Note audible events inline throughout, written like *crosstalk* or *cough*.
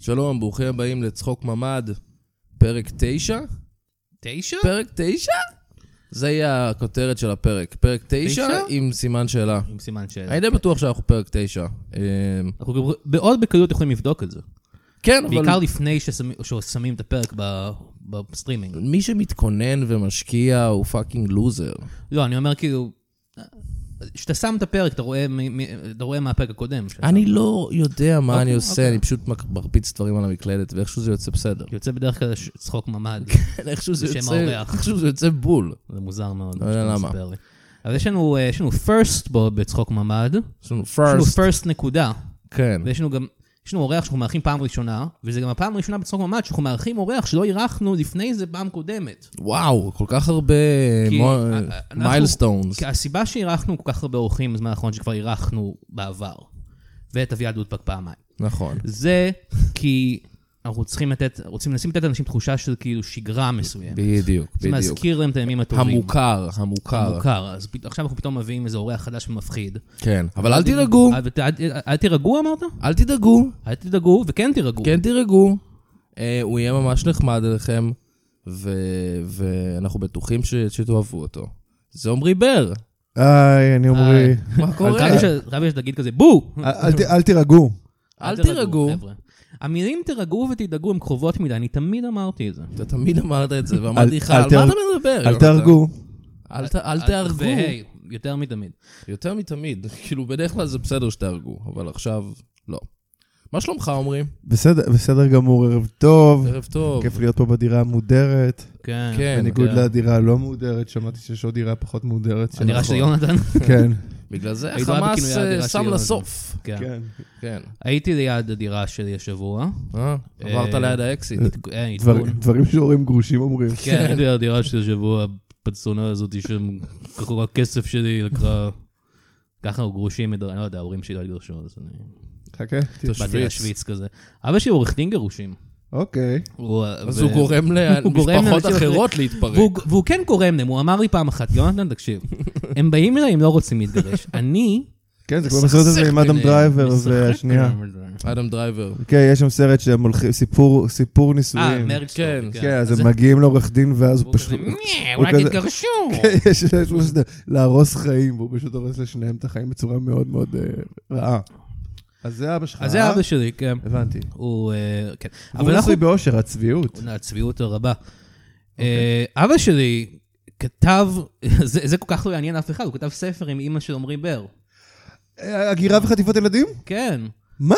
שלום, ברוכים הבאים לצחוק ממ"ד, פרק 9? תשע? פרק 9? זה יהיה הכותרת של הפרק. פרק 9 תשע? עם סימן שאלה. עם סימן שאלה. אני די בטוח שאנחנו פרק 9. אנחנו גם מאוד בקלות יכולים לבדוק את זה. כן, אבל בעיקר לפני ששמים- ששמים את הפרק ב- בסטרימינג. מי שמתכונן ומשקיע הוא פאקינג לוזר. לא, אני אומר כאילו, כשאתה שם את הפרק, אתה רואה מי- מי- אתה רואה מה הפרק הקודם. שאתה- אני לא יודע מה אוקיי, אני עושה, אוקיי. אני פשוט מק- מרביץ דברים על המקלדת, ואיכשהו זה יוצא *laughs* בסדר. יוצא בדרך כלל ש- צחוק ממ"ד, איכשהו זה בשם יוצא- האורח. איכשהו זה יוצא בול. זה מוזר מאוד. לא יודע שאתה למה. מספר לי. אבל יש לנו, אה, יש לנו first בו בצחוק ממ"ד, יש לנו יש לנו first, first נקודה, כן. ויש לנו גם, יש לנו אורח שאנחנו מארחים פעם ראשונה, וזה גם הפעם הראשונה בצחוק ממ"ד שאנחנו מארחים אורח שלא אירחנו לפני זה פעם קודמת. וואו, כל כך הרבה כי א- א- אנחנו- כן. מיילסטונס. כי הסיבה שאירחנו כל כך הרבה אורחים בזמן האחרון שכבר אירחנו בעבר, ואת אביעד אודפק פעמיים, נכון. זה כי אנחנו צריכים לתת, רוצים לשים לתת לאנשים תחושה של כאילו שגרה מסוימת. בדיוק, זה בדיוק. מזכיר להם את הימים הטובים. המוכר, המוכר. המוכר. אז פת- עכשיו אנחנו פתאום מביאים איזה אורח חדש ומפחיד. כן, אבל אל תדאגו, אל- אל- אל- אל תירגעו אמרת? אל תדאגו, אל תדאגו, וכן תירגעו. כן תירגעו. אה, הוא יהיה ממש נחמד אליכם, ו- ואנחנו בטוחים ש- שתאהבו אותו. זה עמרי בר, היי, אני עמרי. *laughs* מה אבל קורה? חייב ש- חייב שתגיד כזה בו! אל- אל ת- *laughs* אל תירגעו. אל תירגעו. חבר'ה. המילים תירגעו ותדאגו הן קרובות מדי, אני תמיד אמרתי את זה. אתה תמיד אמרת את זה, ואמרתי אל- לך, אל על מה תהר- אתה מדבר? אל יונתן?" תהרגו. אל ת- אל תהרגו. והי, יותר מתמיד. יותר מתמיד. *laughs* כאילו, בדרך כלל זה בסדר שתהרגו, אבל עכשיו, לא. מה שלומך, עמרי? בסדר, בסדר גמור, ערב טוב. ערב טוב. כיף להיות פה בדירה המודרת. כן. כן, בניגוד כן. לדירה הלא מהודרת, שמעתי שיש עוד דירה פחות מהודרת. הדירה של יונתן. כן, בגלל זה היית אוהב חמאס אה, בכינוי הדירה שם שלי, אבל- לסוף. *laughs* כן. *laughs* כן. כן. הייתי ליד הדירה שלי השבוע. אה, עברת אה, ליד האקסיט. אה, דבר- *laughs* עדכון. דברים שהורים גרושים אומרים. כן, הייתי ליד הדירה שלי השבוע, הפצצונה הזאת שכחו הכסף שלי, לקחה... ככה גרושים, אני לא יודע, ההורים שלי לא התגרשו, אז אני... חכה. ת- באתי שוויץ. לשוויץ כזה. אבא שלי הוא עורך דין גירושים. אוקיי. הוא- אז *laughs* ו- הוא גורם הוא גורם למשפחות לאנשים אחרות להתפרק. והוא- והוא כן גורם להם, הוא אמר לי פעם אחת, יונתן, תקשיב, הם באים אליי, הם לא רוצים להתגרש. *laughs* אני... כן, זה כבר בסרט הזה מסכסך עם אדם ביניהם, דרייבר משחק והשנייה. ביניהם. אדם דרייבר. כן, יש שם סרט שהם הולכים, סיפור- סיפור אה, נישואים. מריץ' כן, סטורי, כן, אז הם מגיעים לעורך דין ואז הוא והוא כזה, פשוט... "מיה, הוא אולי כזה- תתגרשו. *laughs* כן, יש יש לו שזה- להרוס חיים, והוא פשוט הורס לשניהם את החיים בצורה מאוד מאוד אה, רעה. אז זה אבא שלך. אה? אז זה אבא שלי, כן. הבנתי. הוא, אה, כן. אבל אבל אנחנו... אנחנו... נשוי באושר, הצביעות. הצביעות הרבה. אוקיי. אה, אבא שלי כתב, *laughs* זה זה כל כך לא יעניין אף אחד, הוא כתב ספר עם אימא של עמרי בר. אה, הגירה וחטיפות ילדים? כן. מה?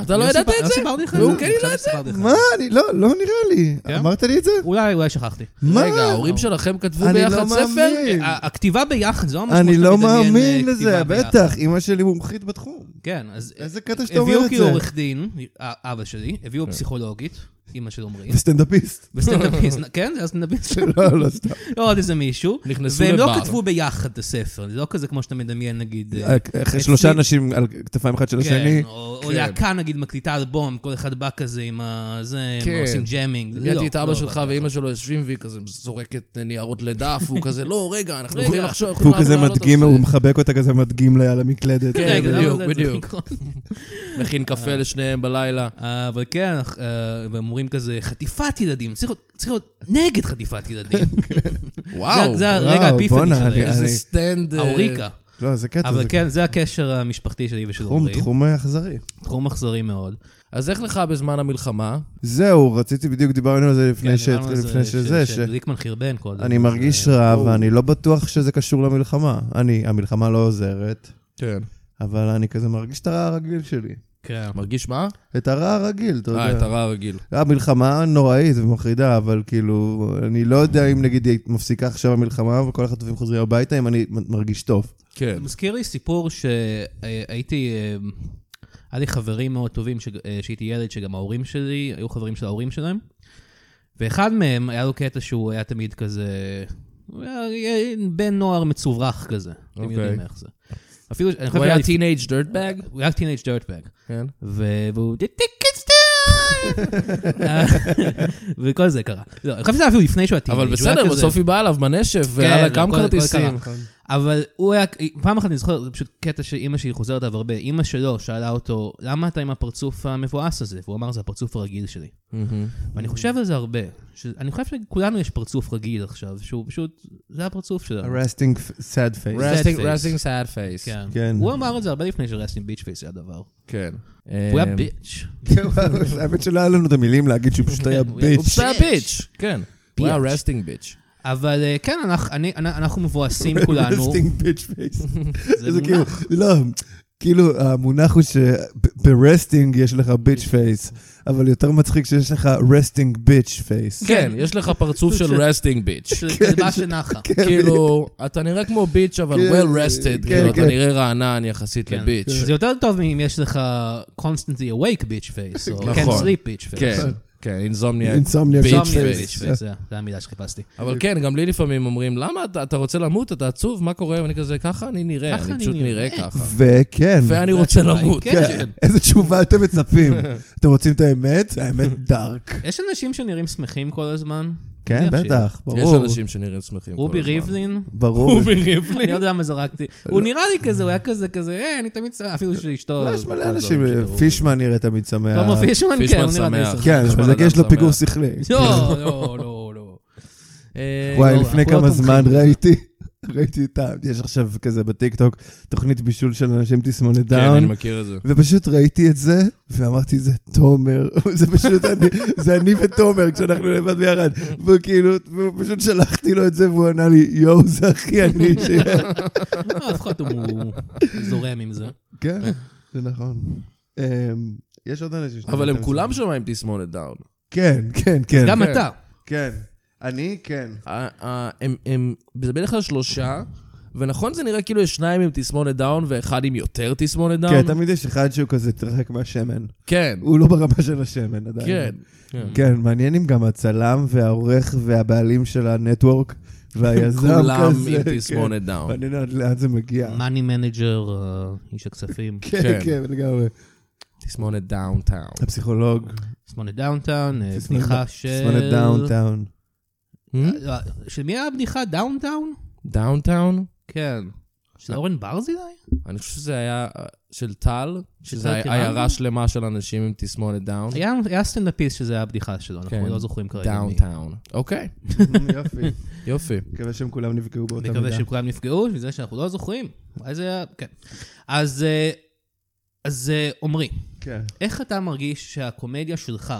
אתה לא ידעת את זה? לא סיפרתי לך והוא את כן זה? ידע עכשיו סיפרתי לך. מה? אני לא, לא נראה כן? לי. אמרת לי את זה? אולי, אולי שכחתי. מה? רגע, ההורים שלכם כתבו אני ביחד לא ספר? מאמין. ה- הכתיבה ביחד, זו המשמעות אני שאתה לא מדמיין, אה, מאמין כתיבה לזה, ביחד. בטח. אימא שלי מומחית בתחום. כן, אז איזה קטע שאתה אומר הביאו את כאילו זה. כן. עורך דין, א- אבא שלי, הביאו פסיכולוגית, אימא של *laughs* עמרי, וסטנדאפיסט. וסטנדאפיסט, כן, זה היה סטנדאפיסט. לא, לא סתם. לא עוד איזה מישהו. נכנסו והם לא לבר. כתבו ביחד את הספר, זה לא כזה כמו שאתה מדמיין, נגיד... אה, אחרי שלושה אנשים על כתפיים אחד של כן, השני. כן, או או כן. להקה, נגיד, מקליטה אלבום, כל אחד בא כזה עם ה... זה, כן. הם עושים ג'אמינג. ראיתי לא, את אבא לא שלך עבד ואימא שלו יושבים והיא כזה זורקת ניירות לדף, והוא כזה, לא, רגע, אנחנו רגע. יכולים לחשוב. והוא יכולים כזה לעלות על מדגים, זה." הוא מחבק אותה כזה מדגים לה על *laughs* המקלדת. כן, ככה. רגע, למה בדיוק, זה- זה בדיוק. נכון? מכין קפה לשניהם בלילה. אה, אבל כן, אה, והם אומרים כזה, חטיפת ילדים, צריך להיות- צריך להיות נגד חטיפת *laughs* ילדים. וואו, זה- זה הרגע וואו, האפיפני בואנה, שלהם. אני- איזה סטנד... אה, האוריקה. לא, זה קטע. אבל זה כן, זה הקשר המשפחתי שלי ושל תחום, עמרי. תחום אכזרי. תחום אכזרי מאוד. אז איך לך בזמן המלחמה? זהו, רציתי בדיוק, דיברנו על זה כן, לפני ש- דיברנו על זה לפני ש- שזה, ש... שגליקמן חרבן כל זה. אני מרגיש רע, ואני לא בטוח שזה קשור למלחמה. אני, המלחמה לא עוזרת, כן. אבל אני כזה מרגיש את הרע הרגיל שלי. כן. מרגיש מה? את הרע הרגיל, אתה אה, את לא יודע. הרע הרגיל. המלחמה נוראית ומחרידה, אבל כאילו, אני לא יודע אם נגיד היא מפסיקה עכשיו המלחמה וכל החטופים חוזרים הביתה, אם אני מ- מרגיש טוב. כן. זה מזכיר לי סיפור שהייתי, אה, היה לי חברים מאוד טובים שג- אה, שהייתי ילד, שגם ההורים שלי, היו חברים של ההורים שלהם. ואחד מהם, היה לו קטע שהוא היה תמיד כזה, הוא היה בן נוער מצוברח כזה. אתם אוקיי. יודעים איך זה. אפילו, אני חושב הוא שהוא היה היה לפ- טינג' דרטבג? הוא היה טינג' דרטבג. כן. ו- והוא טיקטס *laughs* *laughs* וכל זה קרה. לא, אני חושב שזה היה אפילו לפני שהוא היה טינג'. אבל בסדר, בסוף היא באה אליו בנשף, כן, והיה לה לא, גם כל- כל כרטיסים. קרה. אבל הוא היה, פעם אחת אני זוכר, זה פשוט קטע שאימא שלי חוזרת עליו הרבה. אימא שלו שאלה אותו, למה אתה עם הפרצוף המבואס הזה? והוא אמר, זה הפרצוף הרגיל שלי. מהמם. ואני חושב על זה הרבה. ש... אני חושב שלכולנו יש פרצוף רגיל עכשיו, שהוא פשוט, זה הפרצוף שלנו. הרסטינג סאד פייס. Resting- face. resting sad face. כן. כן. הוא אמר את זה הרבה לפני שרסטין ביץ' פייס היה דבר. כן. הוא היה אה, ביץ'. *laughs* האמת שלא היה לנו את המילים להגיד שהוא פשוט היה *laughs* הוא היה- הוא ביץ'. פשוט היה ביץ', כן. הוא היה ביץ'. רסטינג ביץ'. אבל אה, כן, אנחנו- אני- אנ- אנחנו *laughs* מבואסים כולנו. הרסטינג ביץ' פייס. זה זה כאילו, מונח. לא, כאילו המונח הוא שברסטינג יש לך ביץ' פייס, אבל יותר מצחיק שיש לך רסטינג ביץ' פייס. כן, יש לך פרצוף של של- רסטינג ביץ'. של כלבה שנחה. כאילו, אתה נראה כמו ביץ', אבל כן, well rested, כן, כאילו, אתה כן. נראה רענן יחסית כן. לביץ'. זה יותר טוב מאם יש לך constantly awake bitch face, או נכון. can't sleep bitch face. כן, כן, אינסומניה. אינסומניה bitch ביץ' Insomnia face. פייס. bitch face, זה זה המילה שחיפשתי. אבל כן, גם לי לפעמים אומרים, למה אתה- אתה רוצה למות? אתה עצוב? מה קורה? ואני כזה, ככה אני נראה, ככה אני אני פשוט נראה נראה." *laughs* ככה. וכן. ואני רוצה למות. כן. כן. איזה תשובה אתם מצפים? אתם רוצים את האמת? האמת דארק. יש אנשים שנראים שמחים כל הזמן. כן, מניח שיש. בטח, יש ברור. אנשים שנראים שמחים. כל רובי הזמן. ריבלין. ברור. אני לא יודע מה זרקתי. הוא נראה לי כזה, הוא היה כזה, כזה, אה, אני תמיד שמח, אפילו שאשתו... לא, יש מלא כל אנשים, אה, הדברים שלו. פישמן נראה תמיד שמח. תומר פישמן, כן, פישמן הוא נראה לי שמח. שמח. כן, פישמן אבל זה כי יש אדם לו פיגור שמח. שכלי. לא, לא, לא, לא. אה, וואי, לא, לפני אנחנו לא כמה תומכים. זמן ראיתי, ראיתי את ה... יש עכשיו כזה בטיקטוק תוכנית בישול של אנשים תסמונת כן, אני דאון, מכיר את זה. ופשוט ראיתי את זה, ואמרתי, זה תומר, *laughs* זה פשוט אני, זה אני ותומר כשאנחנו לבד ביחד. והוא כאילו, והוא פשוט שלחתי לו את זה, והוא ענה לי, יואו, זה הכי אני שיהיה. לא, לפחות הוא זורם עם זה. *laughs* כן, זה נכון. אמ, יש עוד אנשים שאתה- אבל הם כולם שם עם תסמונת דאון. כן, כן, *laughs* כן. גם כן. אתה. כן. אני, כן. ה- ה- הם, הם, זה בדרך כלל שלושה, ונכון זה נראה כאילו יש שניים עם תסמונת דאון ואחד עם יותר תסמונת דאון? כן, תמיד יש אחד שהוא כזה התרחק מהשמן. כן, הוא לא ברמה של השמן עדיין. כן. כן, מעניין אם גם הצלם והעורך והבעלים של הנטוורק והיזם כזה. כולם עם כן. תסמונת דאון. מעניין עד לאן זה מגיע. מאני מנג'ר, אה, איש הכספים, כן, כן. כן, לגמרי. תסמונת דאונטאון. הפסיכולוג. תסמונת דאונטאון, אה, תסמונת- בדיחה של... תסמונת דאונטאון. Hmm? לא, של מי היה הבדיחה? דאונטאון? דאונטאון? כן. של אורן ברזילי? אני חושב שזה היה אה, של טל, של שזה טל היה- קירן? עיירה שלמה של אנשים עם תסמונת דאון. היה- היה סטנדאפיסט שזה היה הבדיחה שלו, כן. אנחנו לא זוכרים כרגע מי. דאונטאון. אוקיי, יופי. יופי. מקווה שהם כולם נפגעו באותה מידה. מקווה שכולם נפגעו, מזה שאנחנו לא זוכרים. אז זה היה... כן. אז... אה, אז אה, עמרי, כן. איך אתה מרגיש שהקומדיה שלך,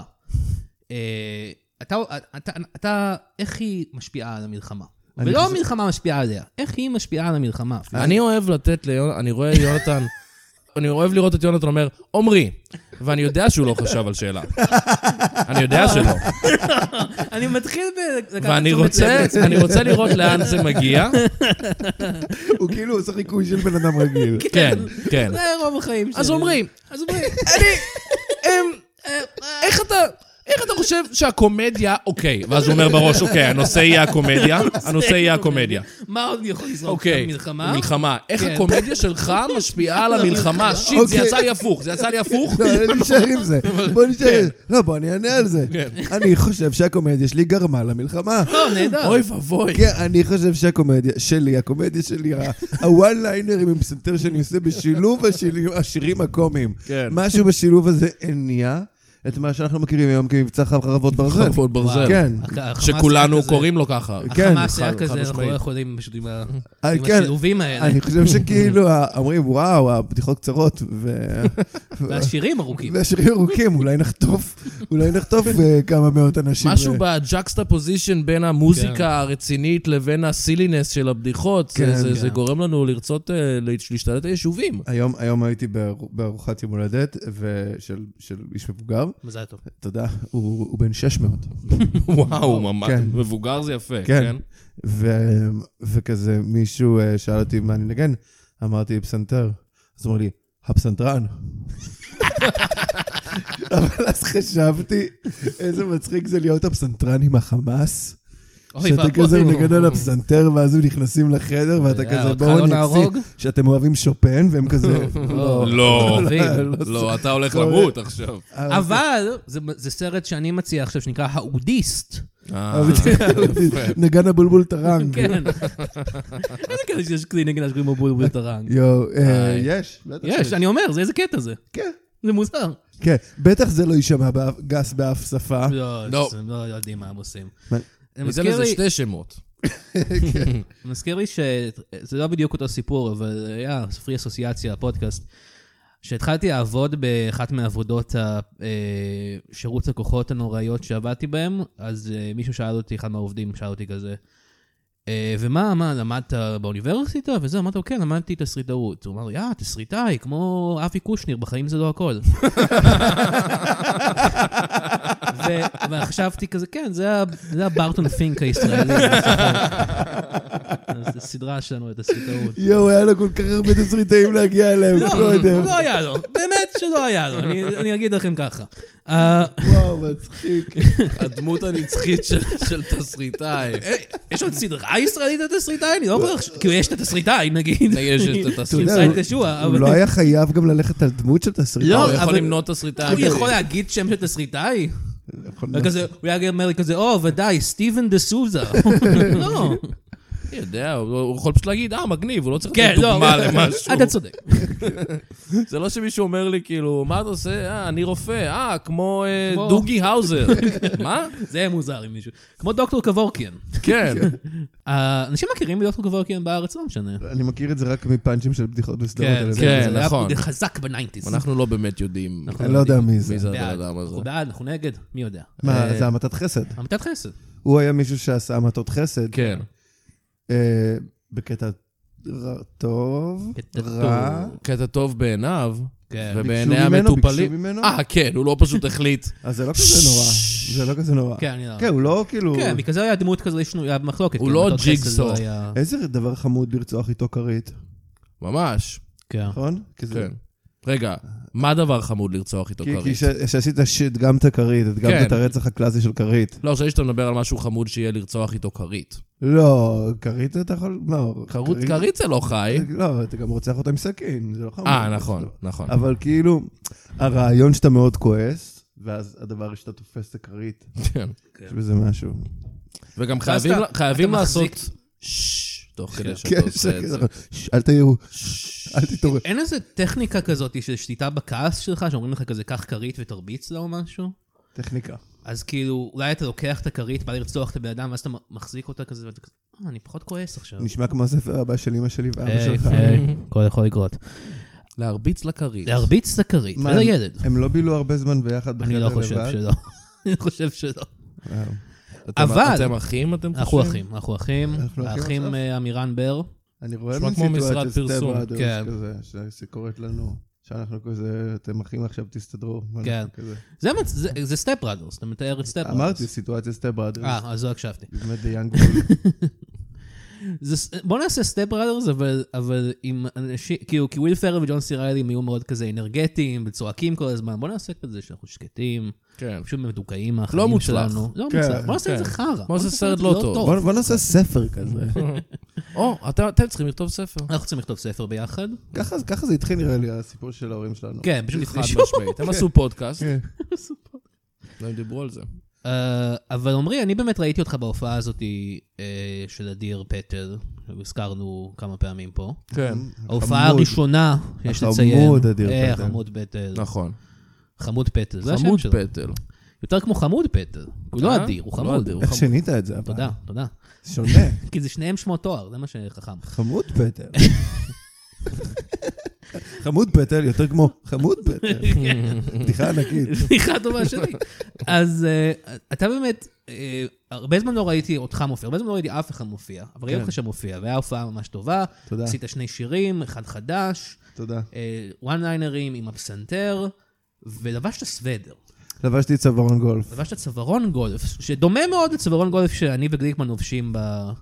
אה, אתה, אתה, אתה, איך היא משפיעה על המלחמה? אני ולא חושב- המלחמה משפיעה עליה, איך היא משפיעה על המלחמה? אפילו. אני אה. אוהב לתת ליונתן, אני רואה *laughs* יונתן, אני אוהב לראות את יונתן אומר, עמרי, ואני יודע שהוא לא חשב על *laughs* שאלה. אני יודע שלא. אני מתחיל ב... לקחת ואני תשומת רוצה, לב. אני רוצה לראות לאן זה מגיע. הוא כאילו עושה חיקוי של בן אדם רגיל. *laughs* כן, כן. זה רוב החיים שלי. אז אומרים, אז עמרי. אמ, אה, איך אתה... איך אתה חושב שהקומדיה, אוקיי, ואז הוא אומר בראש, אוקיי, הנושא יהיה הקומדיה, *laughs* הנושא יהיה הקומדיה. מה עוד אני יכול לזרוק? אוקיי, מלחמה? מלחמה. איך כן. הקומדיה שלך משפיעה *laughs* על המלחמה? שיט, זה אוקיי. יצא לי הפוך, זה יצא לי הפוך. לא, אני נשאר עם זה. כן. בוא נשאר. לא, בוא, אני אענה על זה. אני חושב שהקומדיה שלי גרמה למלחמה. לא, *laughs* נהדר. אוי ואבוי. כן, אני חושב שהקומדיה שלי, הקומדיה שלי, ה- הוואן ליינרים עם פסנתר שאני עושה בשילוב השילים- השירים הקומיים. כן. משהו בשילוב הזה הניע את מה שאנחנו מכירים היום כמבצע חרב- חרבות ברזל. חרבות ברזל. כן. הח- החמאס שכולנו היה כזה- קוראים לו ככה. כן, החמאס היה חד- חד כזה, אנחנו משמעית. לא יכולים פשוט עם ה- אה, עם כן. השילובים האלה. אני חושב שכאילו, ה- אומרים, וואו, הבדיחות קצרות, ו- והשירים ארוכים. והשירים ארוכים, אולי נחטוף, אולי נחטוף אה, כמה מאות אנשים. משהו אה, בג'קסטה פוזיישן בין כן. המוזיקה הרצינית לבין הסילינס של הבדיחות, זה- כן, זה- זה כן. גורם לנו לרצות אה, להשתלט על יישובים. היום, היום הייתי באר- בארוחת יום הולדת ו- של, של איש מבוגר, מזל טוב. תודה, הוא, הוא בן 600. וואו, ממש, כן. מבוגר זה יפה, כן. כן? ו, וכזה מישהו אה, שאל אותי מה אני נגן, אמרתי פסנתר. אז הוא אמר לי, הפסנתרן. אבל אז חשבתי, איזה מצחיק זה להיות הפסנתרן עם החמאס. אוי שאתה ואבוי. כזה מנגן על הפסנתר, ואז הם נכנסים לחדר, ואתה אה, כזה, אותך בואו לא נפסיק. נהרוג?" שאתם אוהבים שופן, *laughs* והם כזה, לא. לא, אוהבים. לא, אתה הולך לא, למות עכשיו. אבל זה- זה סרט שאני מציע עכשיו שנקרא האודיסט. אה, אהבתי, אהבתי. *laughs* נגן הבולבול טרנג. כן. איזה קטע שיש כלי נגן שקוראים לו בולבול טרנג. יואו, אה, היי. יש, בטח יש, אני אומר, זה איזה קטע זה. כן, זה מוזר. כן, בטח זה לא יישמע באף- גס באף שפה. לא, לא. זה- לא יודעים מה הם עושים. מה? זה ניתן מזכיר לזה לי- שתי שמות. זה מזכיר לי שזה לא בדיוק אותו סיפור, אבל היה פרי אסוסיאציה, הפודקאסט. כשהתחלתי לעבוד באחת מעבודות השירות לקוחות הנוראיות שעבדתי בהן, אז אה, מישהו שאל אותי, אחד מהעובדים שאל אותי כזה, אה, ומה, מה, למדת באוניברסיטה וזה? אמרתי לו, כן, למדתי תסריטאות. הוא אמר לי, אה, תסריטאי, כמו אבי קושניר, בחיים זה לא הכל. ו- וחשבתי כזה, כן, זה ה- זה הברטון פינק הישראלי. אז זו סדרה שלנו לתסריטאות. יואו, היה לו כל כך הרבה תסריטאים להגיע אליהם קודם. לא, לא היה לו, באמת שלא היה לו, אני- אני אגיד לכם ככה. אה, וואו, מצחיק. הדמות הנצחית של- של תסריטאי. יש עוד סדרה ישראלית לתסריטאי? אני לא כל כך... ש- כאילו, יש את התסריטאי, נגיד. יש את *laughs* התסריטאי. אתה יודע, תסריטאי קשוע, *laughs* הוא אבל... לא היה חייב גם ללכת על דמות של תסריטאי. הוא לא, יכול אבל- למנות תסריטאי. הוא יכול להגיד שם של תסריטאי? יכול להיות. וכזה, הוא היה אומר לי כזה, או, ודאי, סטיבן דה *laughs* סוזה. לא. אני יודע, הוא הוא יכול פשוט להגיד, אה, מגניב, הוא לא צריך כן, לתת לא. דוגמה למשהו. אתה צודק. זה לא שמישהו אומר לי, כאילו, מה אתה עושה? אה, אני רופא. אה, כמו אה, כמו- דוגי האוזר. מה? זה יהיה מוזר עם מישהו. כמו דוקטור קבורקיאן. כן. אה, אנשים מכירים מדוקטור קבורקיאן בארץ? לא משנה. אני מכיר את זה רק מפאנצ'ים של בדיחות בסדרות. כן, טלוויזיה. זה כן, היה נכון. חזק בניינטיז. אנחנו לא באמת יודעים נכון. אני לא יודע מי זה. מי זה בעד. הבן אדם הזה. אנחנו בעד, אנחנו נגד, מי יודע. מה, אה, זה המתת חסד. המתת חסד. הוא היה מישהו שעשה המתות חסד. כן. אה, בקטע ר- טוב, כן. קטע רע. קטע טוב בעיניו, כן. ובעיני ממנו, ביקשו המטופלים. ממנו. אה, כן, הוא לא פשוט החליט. *laughs* אז זה לא כזה נורא. זה לא כזה נורא. כן, אני לא... כן, הוא לא כאילו... כן, בגלל זה היה דמות כזו שנויה במחלוקת. הוא כן, לא מתת חסד ג'יגסו. לא היה- איזה דבר חמוד לרצוח איתו כרית, ממש. כן. נכון? כי זה- כן. רגע, מה דבר חמוד לרצוח איתו כי- כי כרית? ש- שעשית שיט גם את הכרית, את גם כן. את הרצח הקלאסי של כרית. לא, חשבתי שאתה מדבר על משהו חמוד שיהיה לרצוח איתו כרית. לא, כרית אתה יכול... לא. כרות כרית זה לא חי. לא, אתה גם רוצח אותו עם סכין, זה לא חמור. אה, נכון, נכון. אבל כאילו, הרעיון שאתה מאוד כועס, ואז הדבר שאתה תופס את הכרית, כן. יש בזה משהו. וגם ואז חייבים- אתה- חייבים אתה לעשות... מחזיק- ששש, תוך כדי שאתה כן, עושה את זה. שקר. ש- אל תהיו, אל תתעורר. אין איזה טכניקה כזאת של שליטה בכעס שלך, שאומרים לך כזה, קח כרית ותרביץ לה או משהו? טכניקה. אז כאילו, אולי אתה לוקח את הכרית, בא לרצוח את הבן אדם, ואז אתה מחזיק אותה כזה, ואתה כזה, "אה, אני פחות כועס עכשיו. נשמע כמו הספר הבא של אמא שלי ואבא היי, שלך. היי, הכל יכול לקרות. להרביץ לכרית. להרביץ את הכרית, מה, לילד. הם לא בילו הרבה זמן ביחד בחדר אני לבד? לא חושב שלא. *laughs* אני חושב שלא. וואו. אתם- אבל- אתם אחים, אתם חושבים? אה, אנחנו אחים, אנחנו אחים. אנחנו אחים האחים עכשיו? אה, עמירן בר. אני רואה נשמע מין כמו סיטואציה משרד פרסום, סטייב כן. אדרס כזה, שקוראת לנו, שאנחנו כזה, אתם אחים עכשיו, תסתדרו. ואנחנו כן. כזה. זה מצ- זה- זה סטפ בראדרס, אתה מתאר את סטפ בראדרס. אמרתי, סיטואציה סטייב אדרס. אה, אז לא הקשבתי. באמת די *laughs* יאנג בול. זה ס- בוא נעשה סטפ בראדרס, אבל- אבל עם אנשים, כאילו, כי וויל פרל וג'ון סיריילי הם יהיו מאוד כזה אנרגטיים וצועקים כל הזמן. בוא נעשה כזה שאנחנו שקטים, כן. פשוט מדוכאים מהחיים מוצלח. שלנו. לא כן, מוצלח. בוא נעשה את כן. זה חרא. בוא נעשה נעשה סרט את זה לא טוב. בוא בוא נעשה ספר כזה. *laughs* או, אתה- אתם צריכים לכתוב ספר. אנחנו צריכים לכתוב ספר ביחד. ככה, ככה זה התחיל נראה לי, הסיפור של ההורים שלנו. כן, פשוט חד נפגשו. משמעית. הם עשו פודקאסט, כן. והם דיברו על זה. אה, אבל עמרי, אני באמת ראיתי אותך בהופעה הזאת אה, של אדיר פטל, שהזכרנו כמה פעמים פה. כן. ההופעה חמוד. הראשונה, יש החמוד לציין. אדיר אה, פטל. חמוד פטל. נכון. חמוד פטל, זה השם חמוד שלו. פטל. יותר כמו חמוד פטל. הוא לא אה? אדיר, הוא לא חמוד. אדיר, הוא איך שינית את זה? אבל? תודה, תודה. שונה. כי זה שניהם שמות תואר, זה מה *laughs* שחכם. חמוד פטר. חמוד פטל, יותר כמו חמוד פטל. כן. בדיחה ענקית. בדיחה טובה שלי. אז אה, אתה באמת, אה, הרבה זמן לא ראיתי אותך מופיע, הרבה זמן לא ראיתי אף אחד מופיע, אבל ראיתי כן. אותך שם מופיע, והיה הופעה ממש טובה. תודה. עשית שני שירים, אחד חדש, תודה. וואן ליינרים עם הפסנתר, ולבשת סוודר. לבשתי צווארון גולף. לבשת צווארון גולף, שדומה מאוד לצווארון גולף שאני וגליקמן לובשים אה,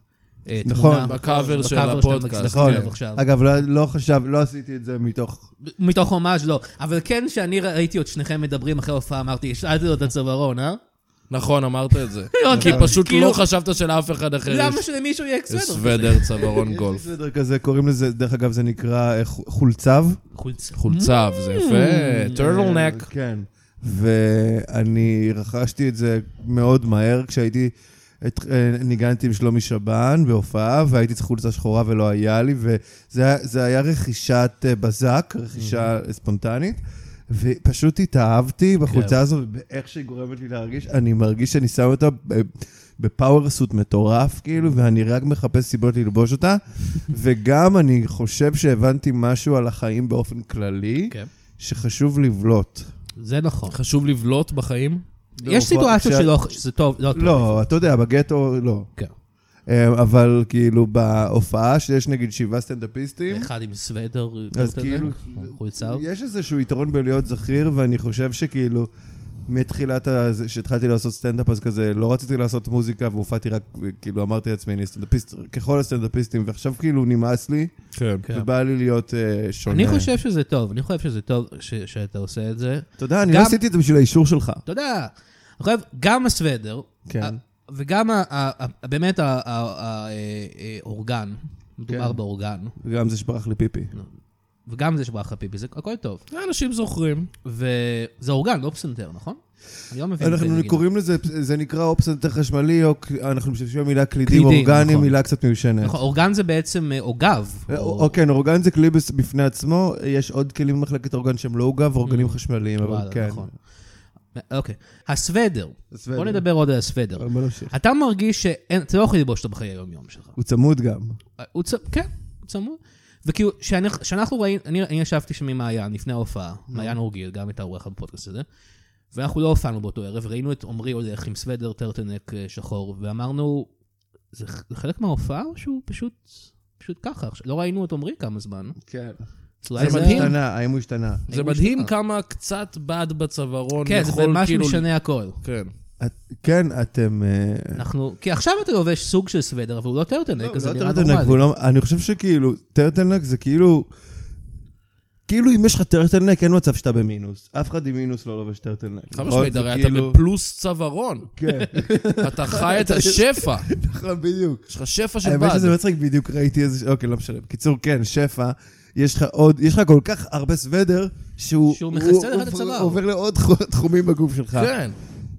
בתמונה. נכון, בקאבר של הפודקאסט, כן. נכון. נכון. עכשיו. אגב, לא- לא חשב, לא עשיתי את זה מתוך... מתוך ממש לא. אבל כן, כשאני ראיתי את שניכם מדברים אחרי ההופעה, אמרתי, השאלתי לו את הצווארון, אה? נכון, אמרת את זה. כי *laughs* אוקיי. פשוט כאילו, לא חשבת שלאף אחד אחר למה יש שלמישהו יהיה סוודר? סוודר *laughs* צווארון גולף. יש לי סדר כזה, קוראים לזה, דרך אגב, זה נקרא אה, חו- חולצב. חולצה. חולצב, זה Mm. יפה. טרלנק. כן. ואני רכשתי את זה מאוד מהר כשהייתי את- אה, ניגנתי עם שלומי שבן בהופעה, והייתי צריך חולצה שחורה ולא היה לי, וזה היה- זה היה רכישת אה, בזק, רכישה ספונטנית. ופשוט התאהבתי כן. בחולצה הזו, ובאיך שהיא גורמת לי להרגיש, אני מרגיש שאני שם אותה ב- בפאוור סוט מטורף, כאילו, ואני רק מחפש סיבות *laughs* ללבוש אותה. וגם אני חושב שהבנתי משהו על החיים באופן כללי, כן. שחשוב לבלוט. זה נכון. חשוב לבלוט בחיים? יש סיטואציות כשה- שלא, שזה טוב, לא טוב. לא, אתה יודע, בגטו לא. כן. אה, אבל כאילו בהופעה שיש נגיד שבעה סטנדאפיסטים, אחד עם סוודר, אז כזה, כאילו, חולצה. יש איזשהו יתרון בלהיות זכיר, ואני חושב שכאילו, מתחילת, ה- זה שהתחלתי לעשות סטנדאפ, אז כזה, לא רציתי לעשות מוזיקה, והופעתי רק, כאילו, אמרתי לעצמי, אני סטנדאפיסט, ככל הסטנדאפיסטים, ועכשיו כאילו נמאס לי, כן. כן. ובא לי להיות אה, שונה. אני חושב שזה טוב, אני חושב שזה טוב ש- שאתה עושה את זה. אתה יודע, אני גם- לא עשיתי את זה בשביל האישור שלך. אתה יודע, אני חושב, גם הסוודר, כן. ה- וגם ה- ה- ה- באמת האורגן, מדובר כן. באורגן, גם זה שברח לי פיפי. וגם זה שברח לפיפי, זה הכל טוב. אנשים זוכרים. וזה אורגן, לא פסנתר, נכון? אני לא מבין. אנחנו בנגינה. קוראים לזה, זה נקרא אופסנטר חשמלי, או ק- אנחנו משתמשים במילה קלידים, קלידים, אורגני, נכון. מילה קצת מיושנת. נכון, אורגן זה בעצם אה, או גב. אה, או- או- כן, אורגן זה כלי בס- בפני עצמו, יש עוד כלים במחלקת אורגן שהם לא עוגה ואורגנים Mm. חשמליים, אבל וואלה, כן. נכון. אוקיי, הסוודר. הסוודר. בוא נדבר עוד על הסוודר. אבל בוא נמשיך. אתה מרגיש שאתה לא יכול ללבוש אותו בחיי היום-יום שלך. הוא צמוד גם. הוא צ... כן, הוא צמוד. וכאילו, כשאני- כשאנחנו ראינו, אני, אני ישבתי שם עם מעיין לפני ההופעה, מעיין אורגיל, גם הייתה עורך בפודקאסט הזה, ואנחנו לא הופענו באותו ערב, ראינו את עמרי הולך עם סוודר טרטנק אה, שחור, ואמרנו, זה ח- זה חלק מההופעה או שהוא פשוט, פשוט ככה? עכשיו, לא ראינו את עמרי כמה זמן. כן. אז אולי זה האם הוא מדהים. השתנה, האם הוא השתנה. זה הוא מדהים השתנה. כמה קצת בד בצווארון כן, זה יכול ממש כאילו... משנה הכל. כן. את- כן, אתם... אה, אנחנו, כי עכשיו אתה לובש סוג של סוודר, אבל הוא לא טרטנק, אז לא זה נראה טרטלנק, והוא נורמלי. לא- אני חושב שכאילו, טרטלנק זה כאילו... כאילו אם יש לך טרטלנק, אין מצב שאתה במינוס. אף אחד עם מינוס לא לובש טרטלנק. חד נכון? משמעית, זה הרי אתה כאילו- בפלוס צווארון. כן, *laughs* אתה חי את השפע. נכון, בדיוק. יש לך שפע של האמת בד. שזה מצחיק, בדיוק ראיתי איזה... ש- אוקיי, לא משנה. בקיצור, כן, שפע. יש לך עוד, יש לך כל כך הרבה סוודר, שהוא... שהוא מכסה הוא- לך הוא את עובר- הצוואר. עובר לעוד תחו- תחומים בגוף שלך. כן.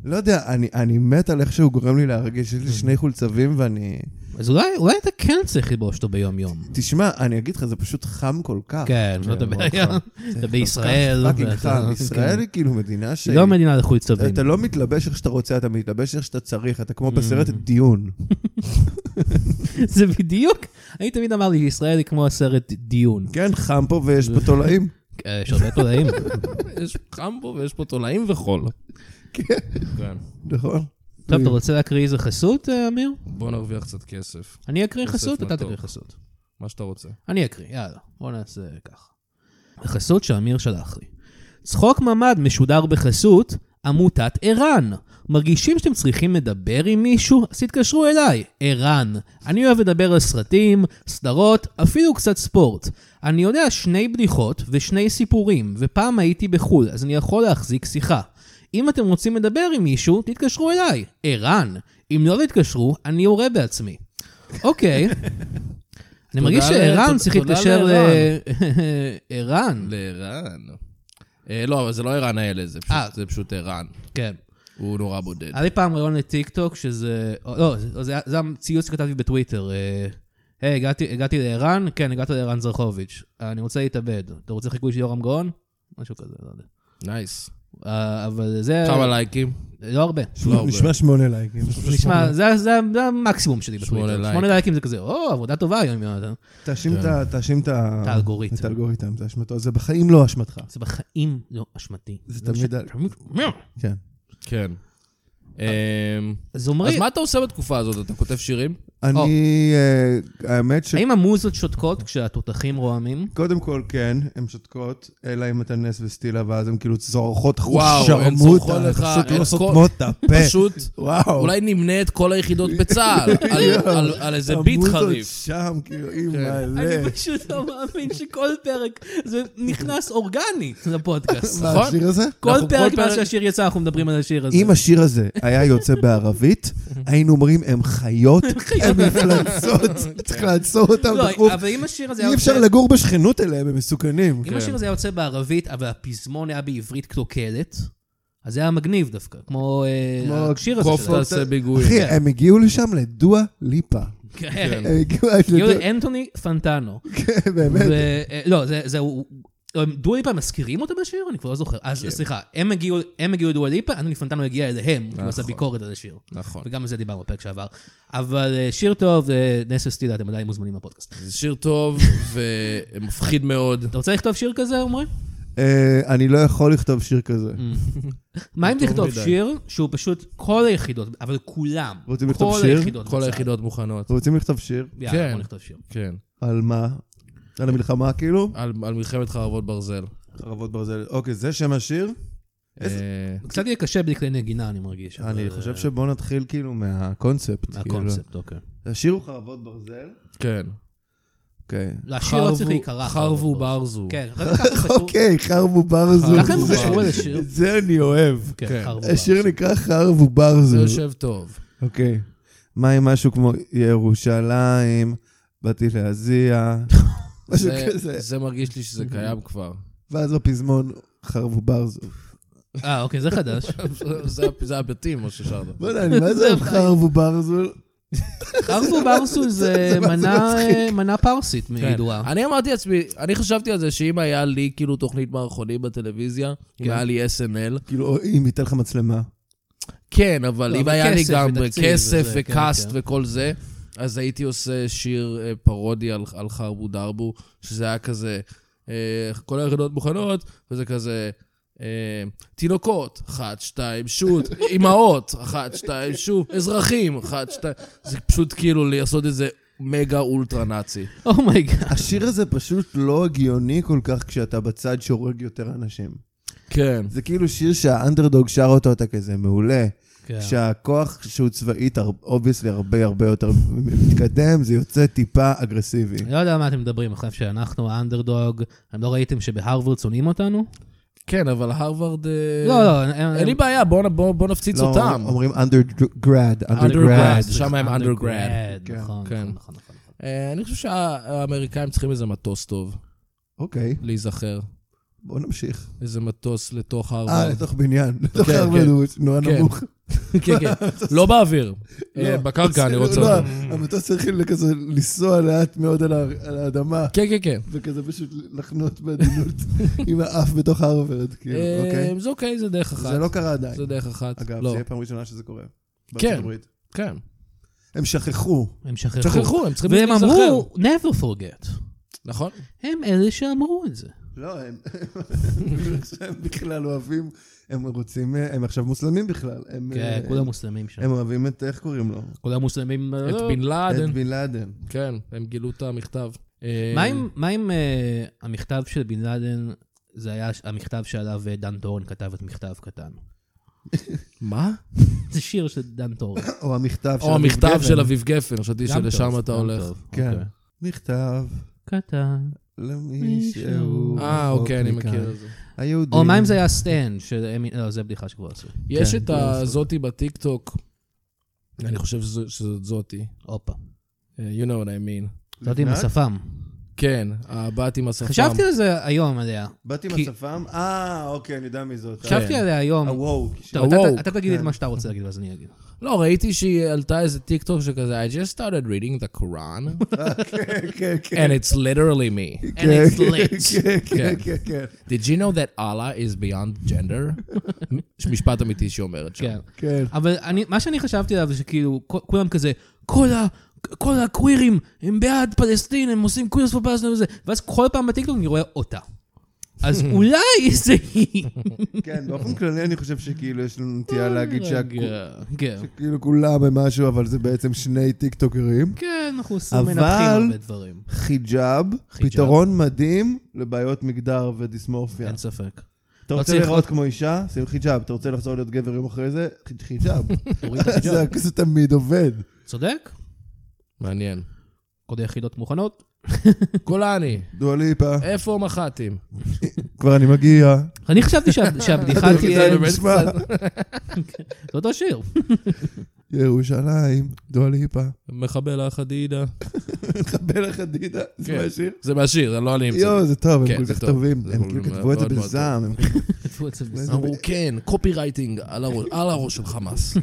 לא יודע, אני- אני מת על איך שהוא גורם לי להרגיש, כן. יש לי שני חולצבים ואני... אז אולי אולי אתה כן צריך ללבוש אותו ביום-יום. תשמע, אני אגיד לך, זה פשוט חם כל כך. כן, זאת מאוד הבעיה. חם. אתה בישראל. פאקינג ואתה- חם. כן. ישראל היא כאילו מדינה ש... היא לא מדינה Mm. לחולצבים. אתה לא מתלבש איך שאתה רוצה, אתה מתלבש איך שאתה צריך, אתה כמו בסרט דיון. לא- *laughs* זה בדיוק, אני תמיד אמר לי, ישראל היא כמו הסרט דיון. כן, חם פה ויש פה תולעים. אה, יש הרבה תודעים. יש חם פה ויש פה תולעים וחול. כן. נכון? *laughs* טוב, אתה רוצה להקריא איזה חסות, אה, אמיר? בוא נרוויח קצת כסף. אני אקריא יוסף חסות, אתה מתוק. תקריא חסות. מה שאתה רוצה. אני אקריא, יאללה, בוא נעשה ככה. החסות שאמיר שלח לי. צחוק ממ"ד משודר בחסות עמותת ער"ן. מרגישים שאתם צריכים לדבר עם מישהו? אז תתקשרו אליי, ער"ן. אני אוהב לדבר על סרטים, סדרות, אפילו קצת ספורט. אני יודע שני בדיחות ושני סיפורים, ופעם הייתי בחו"ל, אז אני יכול להחזיק שיחה. אם אתם רוצים לדבר עם מישהו, תתקשרו אליי, ער"ן. אם לא תתקשרו, אני יורה בעצמי. *laughs* אוקיי. אני מרגיש ל- שער"ן תודה- צריך תודה להתקשר לער"ן. לער"ן. לערן. אה, לא, אבל זה לא ערן האלה, זה פשוט- אה. זה פשוט ערן. כן. הוא נורא בודד. היה לי פעם רעיון לטיקטוק, שזה... או, לא, זה- זה היה- זה הציוץ שכתבתי בטוויטר. אה, היי, הגעתי- הגעתי לערן? כן, הגעת לערן זרחוביץ'. אני רוצה להתאבד. אתה רוצה חיקוי של יורם גאון? משהו כזה, לא יודע. נייס. אה, אבל זה... כמה לייקים? לא הרבה. לא הרבה. נשמע שמונה לייקים. נשמע, זה- זה זה המקסימום שלי שמונה בטוויטר. לייק. שמונה לייקים זה כזה, או, עבודה טובה היום, אה, יונתן. תאשים את ה- תאשים את ה- את האלגוריתם. את האלגוריתם, זה אשמתו. זה בחיים לא אשמתך. זה בחיים לא אשמתי. זה לא תמיד... משנה. ה- כן. כן. אה, אמ, אז עומרי, אז מה אתה עושה בתקופה הזאת? אתה כותב שירים? אני... אה, האמת ש... האם המוזות שותקות כשהתותחים רועמים? קודם כל, כן, הן שותקות, אלא אם אתה נס וסטילה, ואז הן כאילו צורחות אחוז וואו, הן צורחות שרמוטה, הן לך, פשוט הן לא כל- סותמות את הפה. פשוט, וואו. אולי נמנה את כל היחידות *laughs* בצה"ל, על- על- על איזה ביט המוזות חריף. כן. שם, כאילו, אי מלא. אני פשוט לא מאמין שכל פרק זה נכנס אורגנית לפודקאסט. מה, נכון? השיר הזה? כל אנחנו פרק כל מאז פרק- שהשיר יצא, אנחנו מדברים על השיר הזה. אם השיר הזה היה יוצא *laughs* בערבית, היינו אומרים, הם חיות, *laughs* הם כן. מפלצות, צריך לעצור אותם לא, דחוף. אבל אם השיר הזה היה אי אפשר יוצא... אוקיי. לגור כן. בשכנות אליהם, הם מסוכנים. כן. אם השיר הזה היה יוצא בערבית, אבל הפזמון היה בעברית קלוקלת, אז זה היה מגניב דווקא, כמו אה, כמו השיר הזה קוף שלה. תעשה ביגויים. אחי, הם הגיעו לשם לדואה ליפה. כן. הם הגיעו עד כאילו לדואה, אנטוני פנטנו. כן, באמת. ו- אה, לא, זה- זה... הוא- הם דואליפה מזכירים אותה בשיר? אני כבר לא זוכר. אז כן. סליחה, הם הגיעו- הם הגיעו לדואליפה, אנטוני פנטנו הגיע אליהם, כי הוא עשה ביקורת על השיר. נכון. וגם על זה דיברנו בפרק שעבר. אבל אה, שיר טוב, אה, נסר סטילה, אתם עדיין מוזמנים לפודקאסט. זה שיר טוב ומפחיד מאוד. אתה רוצה לכתוב שיר כזה, עומרי? אה, אני לא יכול לכתוב שיר כזה. Mm. מה אם טוב תכתוב מדי. שיר שהוא פשוט כל היחידות, אבל כולם. רוצים לכתוב כל שיר? היחידות. כל בצה"ל. היחידות מוכנות. רוצים לכתוב שיר? יאללה, כן. בוא נכתוב שיר. כן. על מה? על המלחמה כאילו? על על מלחמת חרבות ברזל. חרבות ברזל. אוקיי, זה שם השיר? אה, קצת יהיה קשה בלי כלי נגינה, אני מרגיש. אה, אני חושב שבוא נתחיל כאילו מהקונספט. כאילו. מהקונספט, אוקיי. השיר הוא חרבות ברזל? כן. אוקיי. לא, השיר לא צריך חרבו- להיקרא. חרבו ברזל. ברזו. כן, רק ככה חשוב. אוקיי, חרבו ברזו. ככה הם זה- חשבו על השיר. את זה אני אוהב. כן, כן. חרבו השיר ברזו. נקרא חרבו זה ברזו. יושב טוב. אוקיי. מה עם משהו כמו ירושלים, באתי *laughs* להזיע, *laughs* משהו זה- כזה. זה מרגיש לי שזה קיים כבר. *laughs* ואז בפזמון חרבו ברזו. אה, אוקיי, זה חדש. זה- זה הבתים, מה ששרת. בוא'נה, לא אני מה זה אוהב חרבו ברזו? חרבו ברסו זה מנה- אה, מנה פרסית מידועה. כן. אני אמרתי לעצמי, אני חשבתי על זה שאם היה לי כאילו תוכנית מערכונים בטלוויזיה, אם היה לי SNL, כאילו, או אם ייתן לך מצלמה. כן, אבל לא, אם אבל היה לי כסף גם ותקציב כסף וזה, כן, וקאסט כן. וכל זה, אז הייתי עושה שיר אה, פרודי על, על חרבו דרבו, שזה היה כזה, אה, כל היחידות מוכנות, וזה כזה, אה, תינוקות, אחת, שתיים, *laughs* שוט, אימהות, אחת, שתיים, שוט, אזרחים, אחת, שתיים, זה פשוט כאילו לעשות איזה מגה אולטרה נאצי. אומייגאד. השיר הזה פשוט לא הגיוני כל כך כשאתה בצד שהורג יותר אנשים. כן. זה כאילו שיר שהאנדרדוג שר אותו, אתה כזה מעולה. כן. שהכוח שהוא צבאית, אובייסלי, הרבה הרבה יותר מתקדם, זה יוצא טיפה אגרסיבי. אני לא יודע על מה אתם מדברים, אני חושב שאנחנו האנדרדוג, אתם לא ראיתם שבהרווארד שונאים אותנו? כן, אבל הרווארד... אה, לא, לא, הם- אין לי בעיה, בואו בוא, בוא נפציץ לא, אותם. אומרים undergrad, Undergrad. undergrad. שם הם undergrad, כן, נכון, כן. נכון, נכון, נכון. אה, אני חושב שהאמריקאים צריכים איזה מטוס טוב, אוקיי, להיזכר. בואו נמשיך. איזה מטוס לתוך אה, הרווארד. לתוך בניין, לתוך כן. הרבה נורא כן. נמוך. כן, *laughs* כן. לא באוויר, אה, בקרקע, אני רוצה... לא, אותו. המטוס צריך כזה לנסוע לאט מאוד על ה- על האדמה, כן, כן, כן. וכזה פשוט לחנות *laughs* בעדינות עם האף בתוך הרווארד, כאילו, אה, אוקיי? זה אוקיי, זה דרך אחת. זה לא קרה עדיין. זה דרך אחת. אגב, לא. זה יהיה פעם ראשונה שזה קורה. בארצות כן. הברית. כן. הם שכחו. הם שכחו. שכחו, הם צריכים והם להיזכר. אמרו, never forget. נכון? הם אלה שאמרו את זה. לא, הם הם בכלל אוהבים, הם רוצים, הם עכשיו מוסלמים בכלל. הם, כן, אה, כולם מוסלמים שם. הם אוהבים את, איך קוראים לו? כולם מוסלמים... את בן לאדן. אה, את בן לאדן. כן, הם גילו את המכתב. אה, מה אם- מה אם אה, המכתב של בן לאדן, זה היה ש- המכתב שעליו אה, דן טורן כתב את מכתב קטן? מה? זה שיר של דן טורן. או המכתב של או אביב המכתב גפן. של אביב גפן, חשבתי גם שלשם טוב, אתה גם הולך. טוב, כן. אוקיי. מכתב קטן. למי מישהו. שהוא... אה, רחוק אוקיי, אני מכאן. מכיר את זה. כן, היהודים. או מה אם זה היה סטנד, של... לא, זה בדיחה שכבר עשו. יש כן, את לא, הזאתי בטיקטוק, אני חושב שזו- שזאת זאתי. הופה. אה, You know what I mean. זאת עם לבנת? השפם. כן, הבת עם השפם. חשבתי על זה היום עליה. באתי עם כי- השפם? אה, אוקיי, אני יודע מי זאת. אה, חשבתי עליה היום. הוואו. טוב, אתה- הוואו. אתה- אתה תגיד את כן. מה שאתה רוצה להגיד, ואז אני אגיד. לא, ראיתי שהיא עלתה איזה טיקטוק שכזה, I just started reading the *laughs* Quran, כן, כן, כן. and it's literally me. And it's *laughs* lit. *laughs* כן, כן, כן. כן, כן. Did you know that Allah is beyond gender? *laughs* משפט אמיתי שהיא אומרת שם. כן. כן. אבל אני, מה שאני חשבתי עליו זה שכאילו, כ- כולם כזה, כל ה... כל הקווירים הם בעד פלסטין, הם עושים קווירס פור פלסטין וזה, ואז כל פעם בטיקטוק אני רואה אותה. *laughs* אז אולי זה היא. כן, באופן כללי אני חושב שכאילו יש לנו נטייה Oh *laughs* להגיד שהכו- כן. כאילו כולם הם משהו, אבל זה בעצם שני טיקטוקרים. כן, אנחנו עושים אבל- מנתחים הרבה דברים. כן. חיג'אב, חיג'אב. פתרון מדהים לבעיות מגדר ודיסמורפיה. אין ספק. אתה לא רוצה צריך- להיראות כמו אישה? שים חיג'אב. אתה רוצה לחזור להיות גבר יום אחרי זה? חי- חיג'אב. *laughs* תוריד את החיג'אב. *laughs* זה- זה תמיד עובד. צודק? מעניין. קוד היחידות מוכנות? קולני, דואליפה, אה? איפה מח"טים? כבר אני מגיע. אני חשבתי שה- *laughs* שהבדיחה תהיה... זה באמת נשמע. זה *laughs* אותו שיר. ירושלים, דואליפה. מחבל החדידה. חבל החדידה. זה כן. מהשיר? זה מהשיר, זה לא אני המצאתי. יואו, זה טוב, כן, הם כל זה כך טוב. טובים. זה הם מאוד כאילו מאוד כתבו את זה מאוד טוב. בזעם. הם *laughs* כתבו את זה בסדר. אמרו, כן, קופי רייטינג על *laughs* הראש- על הראש של חמאס.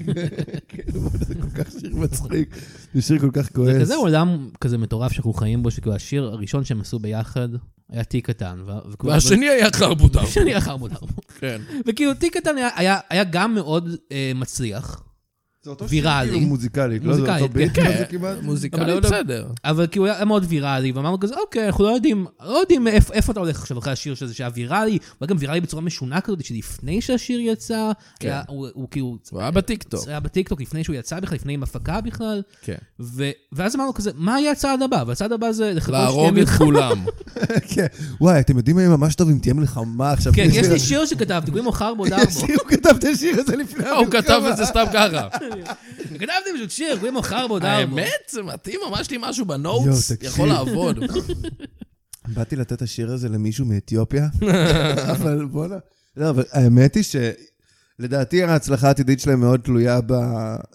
כן, אבל זה כל כך שיר *laughs* מצחיק. זה שיר כל כך זה כועס. כזה עולם כזה מטורף שאנחנו חיים בו, שכאילו השיר הראשון שהם עשו ביחד היה תיק קטן. ו- וכולם- *laughs* והשני היה חרבו דרבו. השני היה חרבו דרבו. כן. וכאילו תיק קטן היה- היה- היה גם מאוד אה, מצליח, זה אותו ויראלי. כאילו מוזיקלית, לא? זה מוזיקלית, אותו ביט כן. כזה כמעט. אבל לא מוזיקלי יודע- בסדר. אבל כאילו היה מאוד ויראלי, ואמרנו כזה, אוקיי, אנחנו לא יודעים, לא יודעים איפה, איפה אתה הולך עכשיו אחרי השיר שזה, שהיה ויראלי, וגם ויראלי בצורה משונה כזאת, שלפני שהשיר יצא, כן. היה, הוא, הוא כאילו... הוא היה בטיקטוק. זה היה בטיקטוק לפני שהוא יצא בכלל, לפני עם הפקה בכלל, כן. ו... ואז אמרנו כזה, מה יהיה הצעד הבא? והצעד הבא זה לחכות שתהיה להרוג את מלחמה. כולם. *laughs* *laughs* כן. וואי, אתם יודעים מה יהיה ממש טוב אם תהיה מלחמה עכשיו. כן, *laughs* יש *laughs* לי שיר שכתבתי, קוראים לו חרבו דרבו. הוא כתב את השיר הזה לפני אה, הוא כתב את זה סתם ככה. כתבתי פשוט שיר, קוראים לו חרבו דרבו. האמת, זה מתאים ממש לי משהו יואו, בנוטס, תקשיב. יכול לעבוד. *laughs* באתי לתת את השיר הזה למישהו מאתיופיה, *laughs* אבל בואנה. לא, אבל האמת היא ש... לדעתי ההצלחה העתידית שלהם מאוד תלויה ב...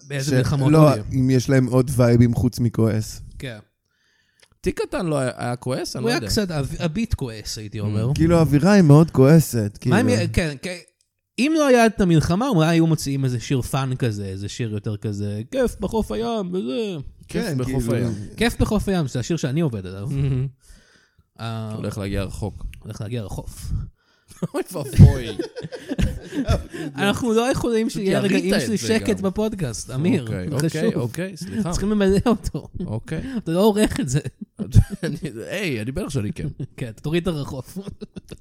באיזה ש- מלחמות לא, לא יהיו. אם יש להם עוד וייבים חוץ מכועס. כן. תיק קטן לא היה- היה כועס? אני הוא לא היה יודע. Mm. קצת אב- הביט כועס, הייתי אומר. כאילו, האווירה היא מאוד כועסת. מה אם, כאילו. יהיה- כן, כן. אם לא היה את המלחמה, אולי היו מוציאים איזה שיר פאן כזה, איזה שיר יותר כזה, כיף בחוף הים וזה. כיף בחוף כאילו, הים. כיף בחוף הים, זה השיר שאני עובד עליו. Mm-hmm. אה, הולך להגיע רחוק. הולך להגיע לחוף. *laughs* אוי ואבוי. אנחנו לא יכולים שיהיה ירית רגעים את של זה שקט גם. בפודקאסט, אמיר. אוקיי, זה אוקיי, חשוב. אוקיי, סליחה. צריכים למלא אותו. אוקיי. אתה לא עורך את זה. אני- היי, אני בטח שאני *laughs* כן. כן, תוריד את הרחוב.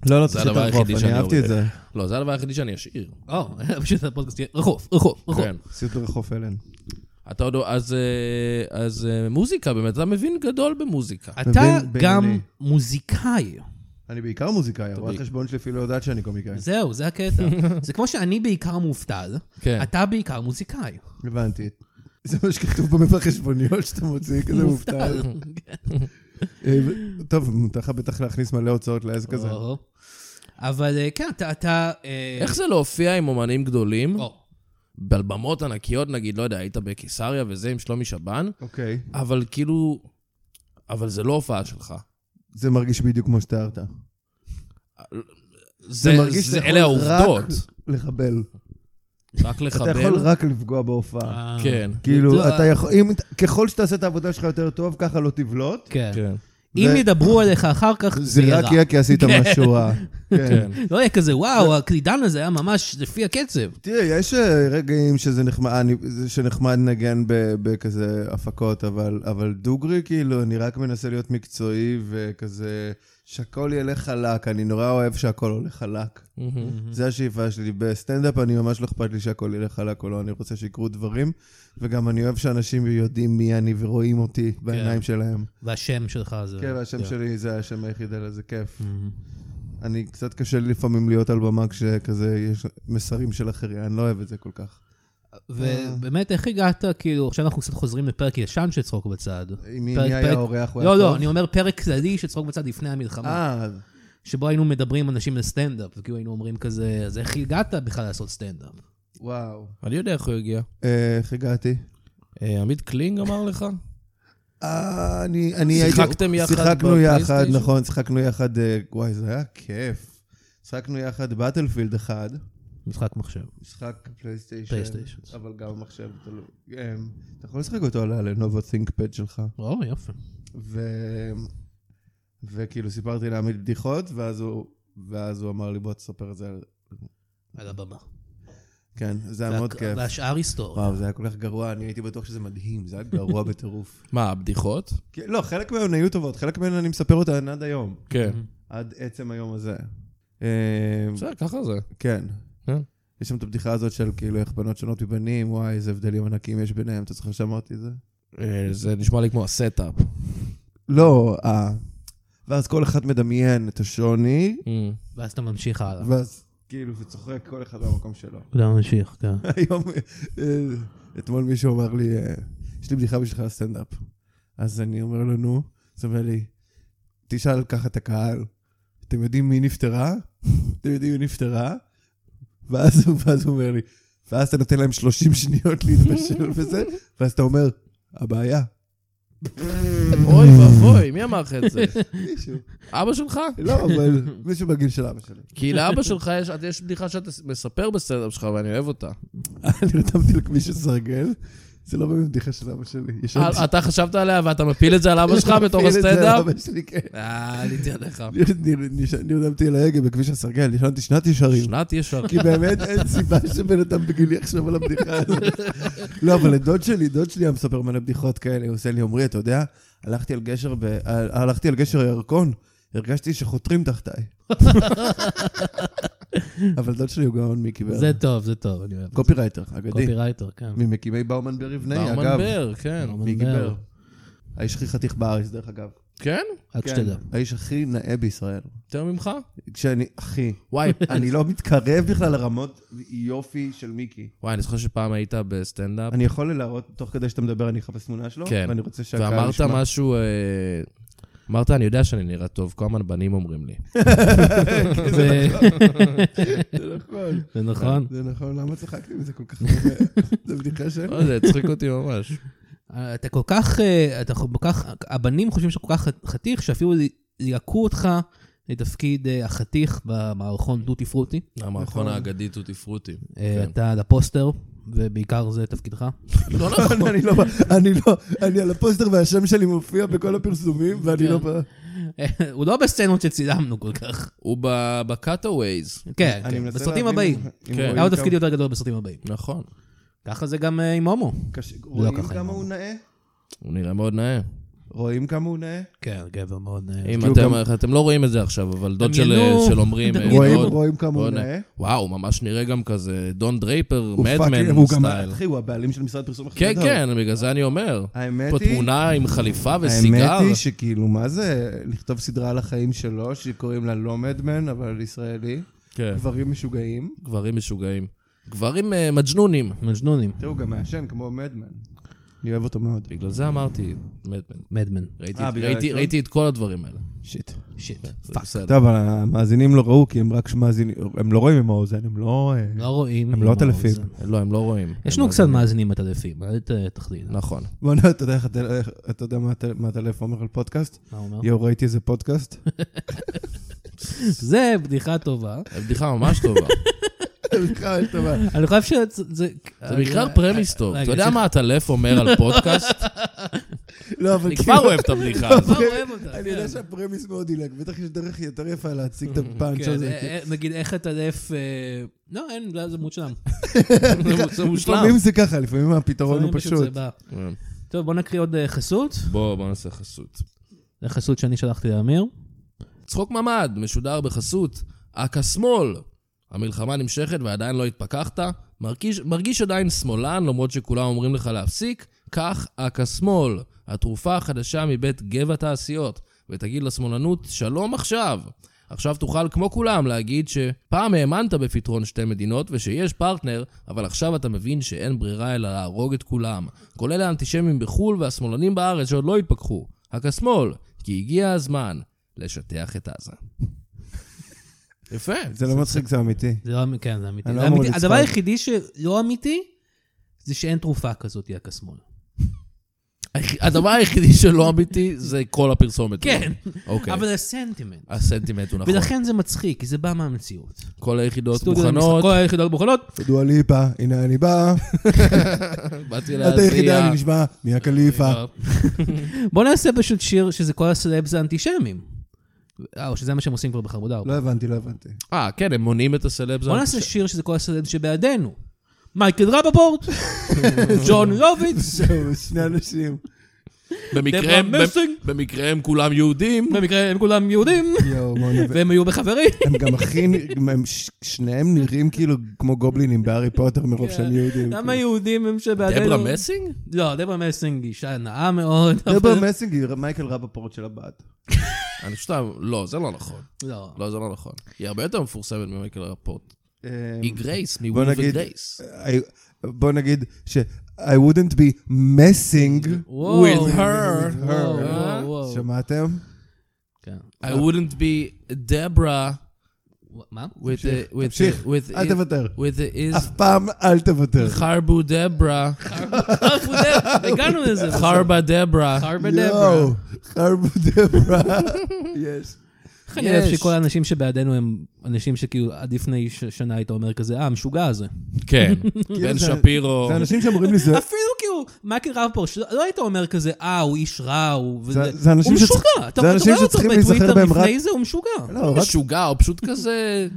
לא, לא, זה תשאיר את הדבר הרחוב, היחידי אני שאני אהבתי את אוהב. זה. לא, זה הדבר היחידי שאני אשאיר. או, פשוט הפודקאסט יהיה רחוב, רחוב, רחוב. כן. סיוט ברחוב אלן. אתה עוד... אז, אה, אז אה, מוזיקה, באמת, אתה מבין גדול במוזיקה. אתה מבין? גם בינוני. מוזיקאי. אני בעיקר מוזיקאי, הרואה בעיק- חשבון שלי אפילו לא יודעת שאני קומיקאי. זהו, זה *laughs* הקטע. זה כמו שאני בעיקר מובטל, כן. אתה בעיקר מוזיקאי. הבנתי. זה מה שכתוב במפה חשבוניות שאתה מוציא, כזה מובטל. *laughs* אה, ו- טוב, מותר לך בטח להכניס מלא הוצאות לעסק הזה. או. אבל אה, כן, אתה... אתה אה, איך זה להופיע עם אומנים גדולים, או, על במות ענקיות, נגיד, לא יודע, היית בקיסריה וזה עם שלומי שבן, אוקיי. אבל כאילו... אבל זה לא הופעה שלך. זה מרגיש בדיוק כמו שתיארת. זה, מרגיש זה, שאתה אלה יכול העובדות. רק לחבל. רק אתה יכול לחבל. רק לפגוע בהופעה. אה, כן. כאילו, לא, אתה יכול, אם, ככל שתעשה את העבודה שלך יותר טוב, ככה לא תבלוט. כן. כן. אם ו- ידברו עליך אחר כך, זה רק יהיה כי עשית משהו רע. *laughs* כן. כן. לא יהיה כזה, וואו, הקלידן הזה היה ממש לפי הקצב. תראה, יש אה, רגעים שזה נחמד, אה, אני- זה שנחמד לנגן ב- בכזה הפקות, אבל, אבל דוגרי, כאילו, אני רק מנסה להיות מקצועי וכזה, שהכל ילך חלק, אני נורא אוהב שהכל הולך חלק. מהמם. זה השאיפה שלי. בסטנדאפ אני ממש לא אכפת לי שהכל ילך חלק או לא, אני רוצה שיקרו דברים, וגם אני אוהב שאנשים יודעים מי אני ורואים אותי בעיניים שלהם. והשם שלך זה... כן, והשם שלי זה השם היחיד, אלא זה כיף. אני, קצת קשה לי לפעמים להיות על במה כשכזה יש מסרים של אחרים, אני לא אוהב את זה כל כך. אה. ובאמת, איך הגעת, כאילו, עכשיו אנחנו קצת חוזרים לפרק ישן של צחוק בצד. אם מי פרק- היה פרק- האורח, הוא היה לא, לא, טוב? אני אומר פרק כללי של צחוק בצד לפני המלחמה, אה, שבו היינו מדברים עם אנשים לסטנדאפ, וכאילו היינו אומרים כזה, אז איך הגעת בכלל לעשות סטנדאפ? וואו. אני יודע איך הוא הגיע. אה, איך הגעתי? אה, עמית קלינג אמר לך? אה, אני אני הייתי... שיחקתם יחד שיחקנו בפלייסטיישן? יחד, נכון, שיחקנו יחד, אה, וואי, זה היה כיף. שיחקנו יחד באטלפילד אחד, משחק מחשב. משחק פלייסטיישן, פלייסטיישן. אבל גם מחשב, אתה לא- אה, אתה יכול לשחק אותו על הלנובו ThinkPad שלך. או, יופי. ו... וכאילו סיפרתי לעמית בדיחות, ואז הוא, ואז הוא אמר לי, בוא תספר את זה. על-" על הבמה. כן, זה היה מאוד וה- כיף. אה. והשאר היסטוריה. וואו, זה היה כל כך גרוע, אני הייתי בטוח שזה מדהים, זה היה גרוע *laughs* בטירוף. מה, הבדיחות? כן, לא, חלק מהן היו טובות, חלק מהן אני מספר אותן עד היום, כן. עד עצם היום הזה. אה, בסדר, ככה זה. כן. כן. יש שם את הבדיחה הזאת של כאילו איך בנות שונות מבנים, וואי, איזה הבדלים ענקים יש ביניהם, אתה זוכר שאמרתי את זה? אה, זה נשמע לי כמו הסטאפ. לא, אה. ואז כל אחד מדמיין את השוני, Mm. ואז אתה ממשיך הלאה. ואז כאילו, וצוחק כל אחד במקום שלו. אתה ממשיך, כן. היום, אה, אתמול מישהו אמר לי, אה, יש לי בדיחה בשבילך על סטנדאפ. אז אני אומר לו, נו, אז הוא אומר לי, תשאל ככה את הקהל, אתם יודעים מי נפטרה? *laughs* אתם יודעים מי נפטרה? ואז, הוא- ואז הוא אומר לי, ואז אתה נותן להם 30 שניות להתבשל וזה, ואז אתה אומר, הבעיה, אוי ואבוי, מי אמר לך את *laughs* זה? מישהו. אבא שלך? לא, אבל מישהו בגיל של אבא שלי. כי לאבא שלך יש, את- יש בדיחה שאתה מספר בסטנדאפ שלך ואני אוהב אותה. כן. אני רתמתי לכביש הסרגל, זה לא באמת בדיחה של אבא שלי. ישנתי- אה, אתה חשבת עליה ואתה מפיל את זה על אבא *laughs* שלך בתוך מפעיל את זה על הסטנדאפ? אבא שלי, כן. אה, עליתי עליך. נר- נש- נרדמתי על ההגה בכביש הסרגל, ישנתי שנת ישרים. שנת ישר. כי באמת אין סיבה שבן אדם בגילי יחשוב על הבדיחה הזאת. לא, אבל לדוד שלי, דוד שלי היה מספר מלא בדיחות כאלה, הוא עושה לי, עמרי, אתה יודע, הלכתי על גשר, ב... על- הלכתי על גשר הירקון, הרגשתי שחותרים תחתיי. אבל דוד שלי הוא גאון מיקי בר. זה טוב, זה טוב, אני אוהב. קופירייטר, אגדי. קופירייטר, כן. לא ממקימי באומן ברבני, ברמן אגב. בר, כן. ברמן מיקי בר. בר. האיש הכי חתיך בארץ, דרך אגב. כן? רק *laughs* שתדע. האיש הכי נאה בישראל. יותר ממך? כשאני, *laughs* אחי, וואי, אני לא מתקרב בכלל לרמות יופי של מיקי. וואי, אני זוכר שפעם היית בסטנדאפ, אני יכול להראות, תוך כדי שאתה מדבר, אני אחפש תמונה שלו, כן. ואני רוצה שהקהל ואמרת ישמע. משהו... אה, אמרת, אני יודע שאני נראה טוב, כל הזמן בנים אומרים *laughs* לי. ו- זה נכון, זה נכון. זה נכון, למה צחקתי מזה כל *laughs* כך הרבה? זו בדיחה ש... לא, זה הצחיק אותי ממש. אתה כל כך, אה, אתה כל כך, הבנים חושבים שאתה כל כך ח- חתיך, שאפילו יעקו אותך לתפקיד אה, החתיך במערכון דוטי פרוטי. נכון. המערכון האגדי טוטי פרוטי. אה, כן. אתה על הפוסטר, ובעיקר זה תפקידך. לא נכון. *laughs* אני לא, אני לא, אני על הפוסטר והשם שלי מופיע בכל הפרסומים, ואני כן. לא... ב- אה, *laughs* הוא לא בסצנות שצילמנו כל כך. הוא בקאטאווייז. כן, אני כן, מנסה בסרטים להבין הבאים. אם כן. רואים היה לו תפקיד כמה- יותר גדול בסרטים הבאים. נכון. ככה זה גם אה, עם הומו. קשה- רואים ככה, כמה אמרנו. הוא נאה? הוא נראה מאוד נאה. רואים כמה הוא נאה? כן, גבר מאוד... אה, אם כאילו אתם, אתם לא רואים את זה עכשיו, אבל דוד של דמיינו, של *laughs* עומרים... אה, דמיינו. רואים- מאוד- רואים כמה הוא מאוד נאה? וואו, הוא ממש נראה גם כזה דון דרייפר, הוא פאקינג- מדמן הוא גם, סטייל. *laughs* אחי, הוא הבעלים של משרד פרסום הכי כן, גדול. כן, בגלל זה אני אומר. האמת פה היא- תמונה עם חליפה וסיגר. האמת היא שכאילו, מה זה לכתוב סדרה על החיים שלו, שקוראים לה לא מדמן, אבל ישראלי? כן, גברים משוגעים. גברים משוגעים. גברים אה, מג'נונים. מג'נונים. תראו, הוא גם מעשן כמו מדמן. אני אוהב אותו מאוד. בגלל זה אמרתי, מדמן. מדמן. ראיתי- אה, בגלל ראיתי- האקשן? ראיתי את כל הדברים האלה. שיט. שיט. זה פאק. בסדר. טוב, אבל המאזינים לא ראו, כי הם רק מאזינים, הם לא רואים עם האוזן, הם לא... אה, לא רואים. הם לא טלפים. זה. לא, הם לא רואים. יש הם לנו לא קצת רואים. מאזינים בטלפים, אל ת- תחליט. נכון. בוא נו, אתה יודע איך הטל- איך- אתה יודע מה הטל- מה הטלפון אומר על פודקאסט? מה הוא אומר? לא. יואו, ראיתי איזה *laughs* פודקאסט? זה בדיחה טובה. בדיחה ממש *laughs* טובה. סליחה, יש דבר. אני חושב שזה... זה בעיקר פרמיס טוב. אתה יודע מה הטלף אומר על *laughs* פודקאסט? לא, אבל אני כבר אוהב את הבדיחה הזאת. אני כן. יודע שהפרמיס מאוד עילג, בטח יש דרך יותר יפה להציג *laughs* את הפאנץ' כן, הזה. אה, אה, נגיד איך הטלף... אה, לא, אין, זה זה מושלם. זה מושלם. לפעמים זה ככה, לפעמים הפתרון הוא לא. לפעמים פשוט. זה בא. כן. טוב, בוא נקריא עוד אה, חסות. בוא, בוא נעשה חסות. זה חסות שאני שלחתי לאמיר. צחוק ממ"ד, משודר בחסות, אכ"א שמאל. המלחמה נמשכת ועדיין לא התפכחת? מרגיש, מרגיש עדיין שמאלן למרות שכולם אומרים לך להפסיק? קח אכ"א שמאל, התרופה החדשה מבית גבע תעשיות, ותגיד לשמאלנות שלום עכשיו. עכשיו תוכל כמו כולם להגיד שפעם האמנת בפתרון שתי מדינות ושיש פרטנר, אבל עכשיו אתה מבין שאין ברירה אלא להרוג את כולם, כולל האנטישמים בחו"ל והשמאלנים בארץ שעוד לא התפכחו. אכ"א שמאל, כי הגיע הזמן לשטח את *laughs* עזה. יפה. זה לא מצחיק, זה אמיתי. זה לא אמ- כן, זה אמיתי. אני לא זה אמור אמיתי. לצחוק. הדבר היחידי שלא אמיתי, זה שאין תרופה כזאת, יאק השמאל. היח- הדבר היחידי שלא אמיתי זה כל הפרסומת. כן, אוקיי. אבל זה סנטימנט. הסנטימנט הוא נכון. ולכן זה מצחיק, כי זה בא מהמציאות. כל היחידות סטודיו למשחק, מוכנות, כל היחידות מוכנות. דואה ליפה, הנה אני *laughs* בא, באתי את היחידה, להציע. אני נשמע, מיה קליפה. בוא נעשה פשוט שיר שזה כל הסלבס האנטישמים. אה, או שזה מה שהם עושים כבר בחרבודה. לא הבנתי, לא הבנתי. *laughs* אה, כן, הם מונעים את הסלבס. בוא נעשה שיר שזה כל הסלבס שבעדנו. מייקל רבפורט, *laughs* ג'ון לוביץ, זהו, שני אנשים. במקרה דברה הם- מסינג. במקרה הם כולם יהודים. במקרה הם כולם יהודים, יואו, בואו נבין. והם היו *laughs* בחברים. הם גם הכי, נ- הם ש- שניהם נראים כאילו כמו גובלינים בהארי פוטר מרוב שהם יהודים. כן. למה יהודים הם שבעדנו? דברה מסינג? לא, דברה מסינג אישה נאה מאוד. כאילו? אבל- דברה מסינג היא מייקל רבפורט של הבת. אני חושב שאתה... לא, זה לא נכון. לא. לא, זה לא נכון. היא הרבה יותר מפורסמת ממייקל רפורט. אה, היא גרייס, בוא מוויל נגיד, וגרייס. I- אה, בוא נגיד ש- I wouldn't be messing וואו. With her. with וואו, her. וואו, וואו. שמעתם? כן. I wouldn't be Debra מה? *laughs* With אה, the- with תמשיך, the- with אל it- תוותר. With the אף is פעם אל תוותר. חרבו דברה. הגענו לזה. חרבה דברה. חרבה דברה. יואו, חרבו *laughs* דברה. יש. איך אני אוהב יש. שכל האנשים שבעדינו הם אנשים שכאילו עד לפני ש- שנה היית אומר כזה, אה, המשוגע הזה. כן. בן כאילו זה- שפירו. זה אנשים שאמורים לי, זה- אפילו כאילו, מייקל רפפורט, שלא- לא היית אומר כזה, אה, הוא איש רע, הוא... וזה- זה אנשים הוא שצריך- משוגע. אתה- זה אתה אנשים רואה אותו שצריכים להיזכר בטוויטר בהם לפני רק- זה, הוא משוגע. לא, רק משוגע, הוא פשוט כזה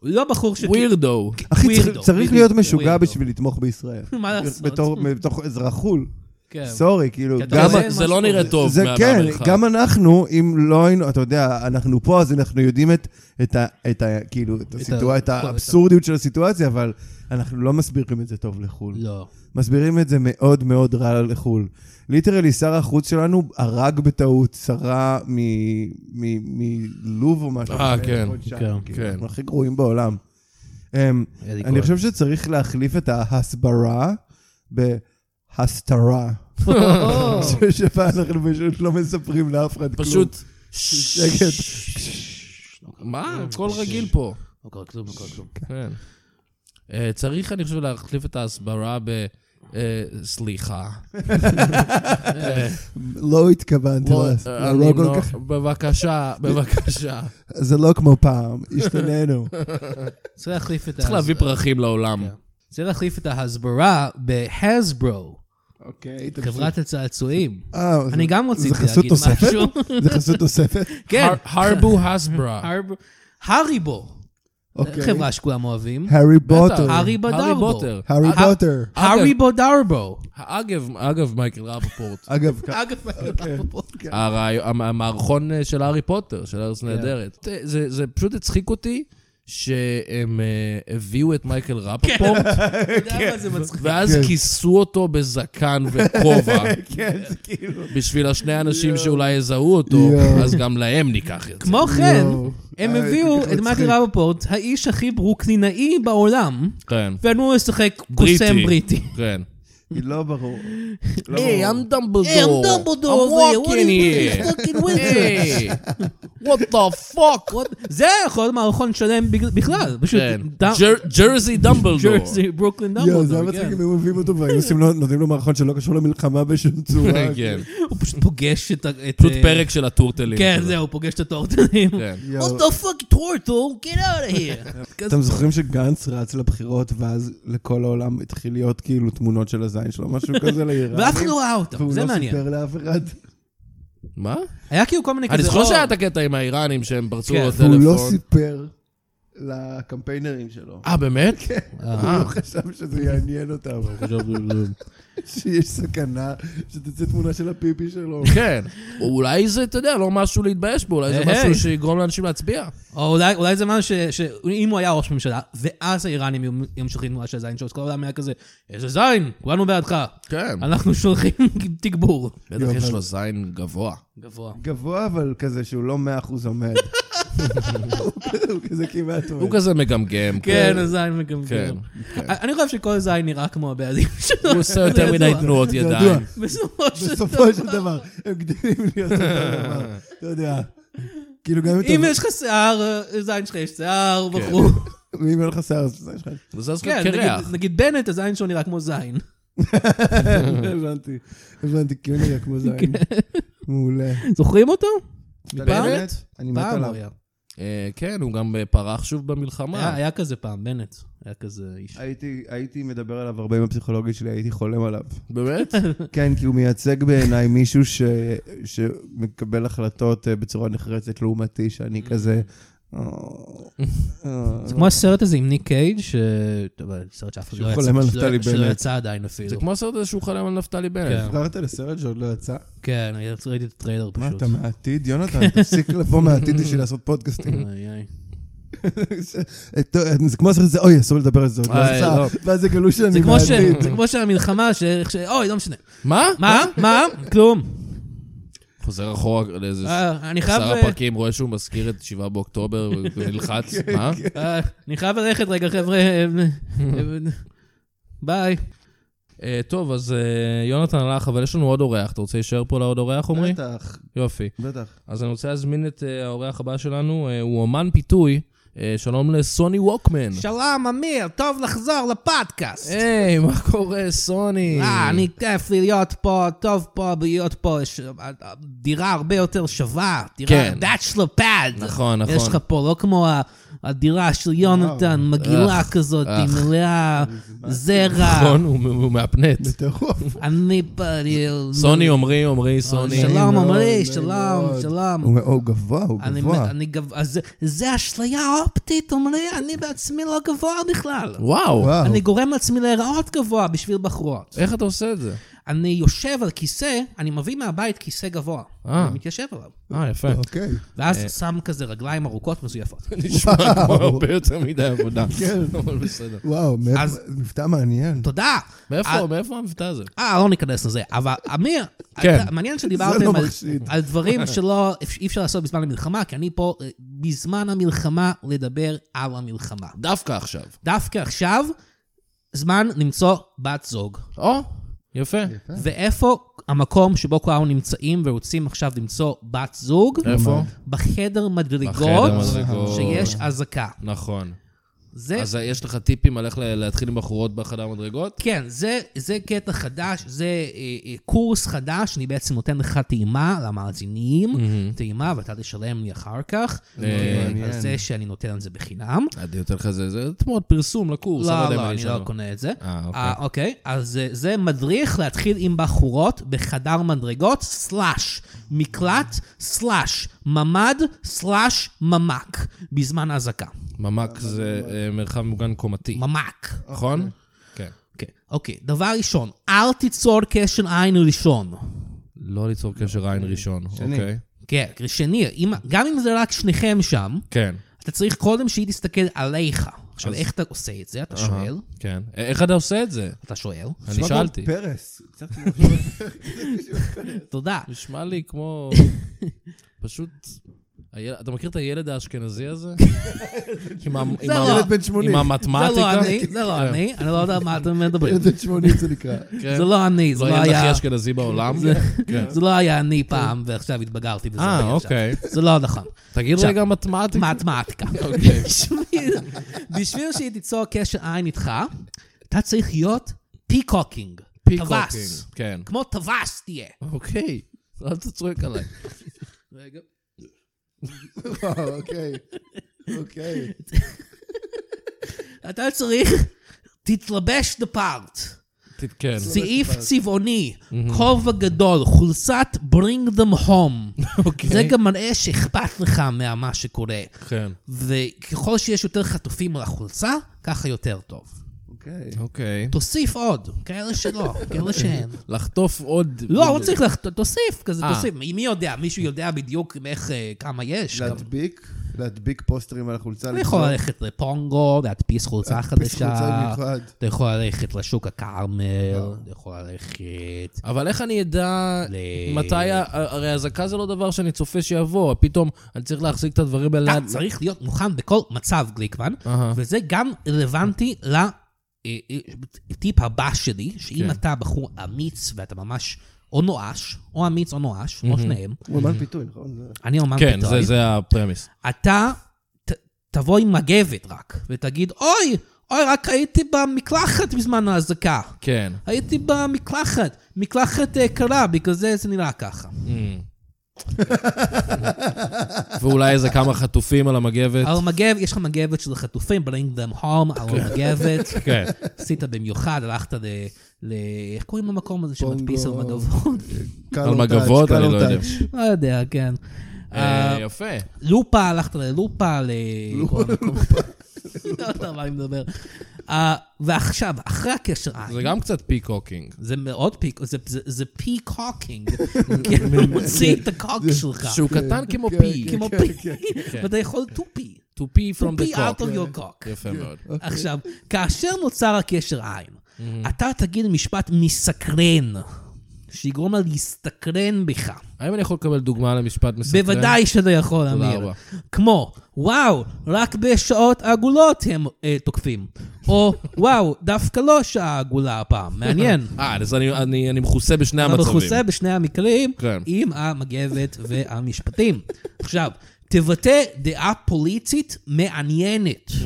הוא לא בחור ש... ווירדו. אחי, צריך- ווירדו, צריך בדיוק, להיות משוגע ווירדו. בשביל לתמוך בישראל. מה לעשות? *laughs* בתור- בתור אזרח חו"ל. *laughs* כן. סורי, כאילו, כי אתה גם... רואה זה לא נראה טוב זה כן, מהמרחב. גם אנחנו, אם לא היינו, אתה יודע, אנחנו פה, אז אנחנו יודעים את, את, ה, את ה... כאילו, את, הסיטואציה, ה- את האבסורדיות של הסיטואציה, אבל אנחנו לא מסבירים את זה טוב לחו"ל. לא. מסבירים את זה מאוד מאוד רע לחו"ל. ליטרלי, שר החוץ שלנו הרג בטעות שרה מ- מ- מלוב או משהו. אה, כזה, כן, עוד שם, כן. כאילו, כן. אנחנו הכי גרועים בעולם. אמ, אלי אני כהן. חושב שצריך להחליף את ההסברה *laughs* בהסתרה. שבה אנחנו פשוט לא מספרים לאף אחד כלום. פשוט... שקט. *laughs* מה? הכל רגיל פה. לא קרה כלום, לא קרה כלום. כן. אה, צריך, אני חושב, להחליף את ההסברה ב... אה, *laughs* סליחה. אה, לא התכוונתי לא, לס- אה, לא אני כל לא- כך- בבקשה, בבקשה. זה לא כמו פעם, *laughs* השתננו. צריך להחליף את צריך להביא פרחים לעולם. כן. צריך להחליף את ההסברה בהסברו, אוקיי, חברת הצעצועים. אה, זה- אני גם רציתי חסות להגיד נוספת? משהו. זה חסות *laughs* נוספת? כן, הר- הרבו הסברה. הר- הריבו. אוקיי. חברה שכולם אוהבים. הארי בוטר. הרי בדרבו. הארי בוטר. הארי ה- בוטר. אגב- הריבו דרבו. אוקיי. אגב, אגב, מייקל רפפורט, אגב, כ- אגב, לא אוקיי. דרבו. כן. הרעי- המ- המערכון אה, של הארי פוטר, של ארץ נהדרת. אה, זה זה פשוט הצחיק אותי שהם אה, הביאו את מייקל רפפורט, אתה יודע מה זה מצחיק? ואז כן. כיסו אותו בזקן וכובע. *laughs* כן, זה כאילו... בשביל השני אנשים שאולי יזהו אותו, יואו. אז גם להם ניקח את זה. כמו כן, יואו. הם אה, הביאו זה את מצחיק. מייקל רפפורט, האיש הכי ברוקלינאי בעולם, כן, ואמרו לשחק בריטי. קוסם בריטי. כן. לא ברור. לא היי, ברור. I'm Dumbledore. Hey, I'm Dumbledore over here. What I'm walking is here. this fucking wizard? היי, *laughs* what the fuck? זה יכול להיות מערכון שלם בג- בכלל, פשוט כן, דם- ג'רזי דמבלדור. ג'רזי, ברוקלין יואו, זה היה דמבלדור, מצחיק כן. אם היו מביאים אותו והיו עושים לו- נותנים לו מערכון שלא קשור *laughs* למלחמה בשום צורה. *laughs* כן, הוא פשוט פוגש את... ה- את, פשוט אה, פרק של הטורטלים. כן, כזה. זהו, הוא פוגש את הטורטלים. כן. יואו. What the fuck, turtle? Get out of here. *laughs* אתם זוכרים שגנץ רץ לבחירות, ואז לכל העולם התחיל להיות כאילו תמונות של הזין שלו, משהו *laughs* כזה לאיראנים. ואף אחד לא ראה אותם, והוא זה לא מעניין. סיפר לאף אחד. מה? היה כאילו כל מיני כזה... אני זוכר "או, שהיה את הקטע עם האיראנים שהם פרצו כן. לו והוא לא טלפון. סיפר לקמפיינרים שלו. אה, באמת? אה. הוא לא חשב שזה *laughs* יעניין אותם, שיש סכנה שתצא תמונה של הפיפי שלו. *laughs* כן. אולי זה, אתה יודע, לא משהו להתבייש בו, אולי זה היי, משהו היי. שיגרום לאנשים להצביע. או אולי, אולי זה משהו ש- שאם הוא היה ראש ממשלה, ואז האיראנים היו- היו משלחים תמונה של הזין שלו, אז כל העולם היה כזה, איזה זין, כולנו בעדך. כן. אנחנו שולחים *laughs* תגבור. בטח כן. יש לו זין גבוה. גבוה. גבוה, אבל כזה שהוא לא מאה אחוז עומד. הוא כזה כמעט הוא עומד. כזה מגמגם. כן, הזין כן. מגמגם. אני חושב שכל זין נראה כמו הבעלים שלו. הוא עושה יותר זה מדי ידוע. תנועות ידוע. ידיים. בסופו של בסופו של דבר, הם גדלים להיות אותו דבר. אתה יודע. כאילו גם אם אתה... אם יש לך שיער, הזין שלך יש שיער, בחור. ואם אין לך שיער, אז יש לך... וזה אז כן, קרח. נגיד- נגיד בנט, הזין שלו נראה כמו זין. הבנתי, הבנתי, כי הוא נראה כמו כן. זין. מעולה. זוכרים אותו? פעם? באמת? אני מת פעם עליו. הוא היה. אה, כן, הוא גם אה, פרח שוב במלחמה. היה- היה כזה פעם, בנט. היה כזה איש. הייתי, הייתי מדבר עליו הרבה עם הפסיכולוגית שלי, הייתי חולם עליו. *laughs* באמת? כן, כי הוא מייצג בעיניי מישהו ש, שמקבל החלטות אה, בצורה נחרצת לעומתי, שאני כזה... אה, אה, זה כמו הסרט הזה עם ניק קייג', ש... טוב, סרט שאף אחד שהוא לא יצא- חולם על שלא- נפתלי שלא בנט. יצא עדיין זה אפילו. כמו הסרט הזה שהוא חלם על נפתלי בנט. כן. נבחרת לסרט שעוד לא יצא? כן, אני ראיתי את הטריילר מה, פשוט. אתה מהעתיד? יונתן, תפסיק לבוא מהעתיד בשביל לעשות *laughs* פודקאסטים. איי, איי. אה, טוב, זה כמו הסרט הזה, אוי, אסור לדבר על זה, עוד לא אה, יצא. לא. ואז יגלו זה שאני כמו ש- מהעתיד. זה כמו שהמלחמה, ש... ש- אוי, לא משנה. מה? מה? מה? כלום. חוזר אחורה לאיזה אה, אני חייב... עשרה אה, פרקים, רואה שהוא מזכיר את 7 באוקטובר, ונלחץ, מה? אה, אני חייב ללכת רגע, חבר'ה. אה, אה, ביי. אה, טוב, אז אה, יונתן הלך, אבל יש לנו עוד אורח. אתה רוצה להישאר פה לעוד אורח, עמרי? בטח, יופי. בטח. אז אני רוצה להזמין את אה, האורח הבא שלנו, אה, הוא אומן פיתוי, אה, שלום לסוני ווקמן. שלום, אמיר, טוב לחזור לפודקאסט. היי, מה קורה, סוני? אה, אני כיף לי להיות פה, טוב פה, להיות פה, יש דירה הרבה יותר שווה. דירה, כן. that's the pad. נכון, נכון. יש לך פה, לא כמו ה- הדירה של יונתן, מגעילה כזאת, היא אך. מלאה זרע. אה. נכון, הוא הוא מהפנט. מטורף. אני פה, אני... סוני, עמרי, עמרי, סוני. אה, שלום, מאוד, עמרי, נעים שלום, מאוד. שלום. הוא הוא גבוה, הוא אני, גבוה. אני גבוה, אז זה- זה אשליה אופטית, עמרי, אני בעצמי לא גבוה בכלל. וואו, וואו. אני גורם לעצמי להיראות גבוה בשביל בחורות. איך אתה עושה את זה? אני יושב על כיסא, אני מביא מהבית כיסא גבוה. אה. אני מתיישב עליו. אה, יפה. אוקיי. ואז שם כזה רגליים ארוכות מזויפות. *laughs* *laughs* נשמע כמו הרבה יותר מדי עבודה. כן. *laughs* אבל בסדר. וואו, מאיפה- אז- מבטא מעניין. תודה. אה, מאיפה מאיפה המבטא הזה? אה, לא ניכנס לזה. אבל אמיר, כן. אתה- מעניין זה שדיברתם לא על- מחשיד. על *laughs* דברים שלא אי אפשר לעשות בזמן המלחמה, כי אני פה אה, בזמן המלחמה לדבר על המלחמה. דווקא עכשיו. דווקא עכשיו, זמן למצוא בת זוג. או, יפה. ואיפה המקום שבו כולנו נמצאים ורוצים עכשיו למצוא בת זוג? איפה? בחדר מדרגות, בחדר מדרגות. שיש אזעקה. נכון. זה, אז אה, יש לך טיפים על איך ל- להתחיל עם בחורות בחדר מדרגות? כן, זה, זה קטע חדש, זה אה, אה, קורס חדש, אני בעצם נותן לך טעימה למאזינים, טעימה, ואתה תשלם לי אחר כך, אה, על מעניין. זה שאני נותן את זה בחינם. אני נותן לך זה, זה תמורת פרסום לקורס. אני לא, יודע אם לא, אני אשלם. לא קונה את זה. אה, אוקיי. אה, אוקיי, אז אה, זה מדריך להתחיל עם בחורות בחדר מדרגות, סלאש, מקלט, סלאש, ממ"ד, סלאש, ממ"ק, בזמן אזעקה. ממ"ק זה אה, מרחב מוגן קומתי, ממ"ק. נכון? כן. אוקיי, אוקיי, דבר ראשון, אל תיצור קשר עין ראשון. לא ליצור קשר עין ראשון, שני. אוקיי? כן, שני, אם, גם אם זה רק שניכם שם, כן. אתה צריך קודם שהיא תסתכל עליך. עכשיו, אז- איך אתה עושה את זה? אתה שואל? כן. א- איך אתה עושה את זה? אתה שואל? אני נשמע כמו שאלתי. פרס. קצת כמו- תודה. נשמע לי *laughs* כמו... פשוט... היל- אתה מכיר את הילד האשכנזי *laughs* הזה? עם ה- עם ה- לא. ילד בן 80. עם זה לא המתמטיקה? *laughs* אני, זה לא אני, אני לא יודע על מה אתם מדברים. ילד בן 80 זה נקרא. כן. זה לא אני, זה זה לא הילד הכי היה... אשכנזי בעולם? כן. זה לא היה אני פעם, ועכשיו התבגרתי וזה אה, אני עכשיו. אוקיי. זה *laughs* לא נכון. תגיד עכשיו- רגע מתמטיקה. מתמטיקה. אוקיי. *laughs* בשביל- בשביל שהיא תיצור קשר עין איתך, אתה צריך להיות פיקוקינג. טווס. פיקוקינג, כן. כמו טווס תהיה. אוקיי, אל תצועק *laughs* עליי. רגע. וואו, אוקיי. אוקיי. אתה צריך, תתלבש דה פארט. כן. סעיף צבעוני, Mm-hmm. כובע גדול, חולצת bring them home. אוקיי. זה גם מראה שאכפת לך ממה שקורה. כן. וככל שיש יותר חטופים על החולצה, ככה יותר טוב. אוקיי. אוקיי. תוסיף עוד, כאלה שלא, כאלה *laughs* שאין. לחטוף עוד... לא, לא צריך לך, ת- תוסיף, כזה אה. תוסיף. מי מי יודע, מישהו יודע בדיוק איך, אה, כמה יש. כמה- להדביק, להדביק פוסטרים על החולצה. אתה יכול ללכת לפונגו, להדפיס חולצה להדפיס חולצה חדשה. במיוחד. אתה יכול ללכת לשוק לא. הכרמל, אתה יכול ללכת... אבל איך אני אדע ל- מתי, ה- הרי אזעקה זה לא דבר שאני צופה שיבוא, פתאום אני צריך להחזיק את הדברים האלה. אתה צריך להיות מוכן בכל מצב, גליקמן, אהה. וזה גם רלוונטי לטיפ הבא שלי, שאם כן. אתה בחור אמיץ ואתה ממש או נואש, או אמיץ או נואש, או שניהם, הוא אמן פיתוי, נכון? זה- אני אומן כן, פיתוי, זה- זה הפרמיס. אתה ת- תבוא עם מגבת רק, ותגיד, אוי, אוי, רק הייתי במקלחת בזמן האזעקה. כן. הייתי במקלחת, מקלחת אה, קרה, בגלל זה זה נראה ככה. Mm. *laughs* ואולי איזה כמה חטופים על המגבת. על המגב, יש לך מגבת של החטופים, bring them home, על *laughs* המגבת. כן. עשית במיוחד, הלכת ל... ל... איך קוראים למקום הזה שמדפיס על פונגו. מגבות? *laughs* על קלו מגבות, טאץ', אני קלו לא יודע. טאץ'. לא יודע, כן. אה, אה, יפה. לופה, הלכת ללופה, ל... כל המקום. *laughs* לא יודע מה אני מדבר. אה, ועכשיו, אחרי הקשר עין, זה גם קצת פיקוקינג. זה מאוד פיק, זה- זה- זה פי *laughs* קוקינג. כאילו, מוציא את הקוק שלך. שהוא קטן כמו כן, פי. כן. כמו פי. כן. *laughs* כן. ואתה יכול to pee. To pee To from the pee out cock. כן. of your cock. כן. יפה מאוד. עכשיו, כאשר נוצר הקשר עין, אתה תגיד משפט מסקרן, שיגרום לה להסתקרן בך. האם אני יכול לקבל דוגמה למשפט מסקרן? בוודאי שאתה יכול, תודה אמיר. רבה. כמו, וואו, רק בשעות עגולות הם אה, תוקפים. *laughs* או, וואו, דווקא לא שעה עגולה הפעם, מעניין. אה, אז אני- אני אני מכוסה בשני אתה המצבים. מכוסה בשני המקרים כן. *laughs* עם המגבת והמשפטים. עכשיו, תבטא דעה פוליטית מעניינת. Mm.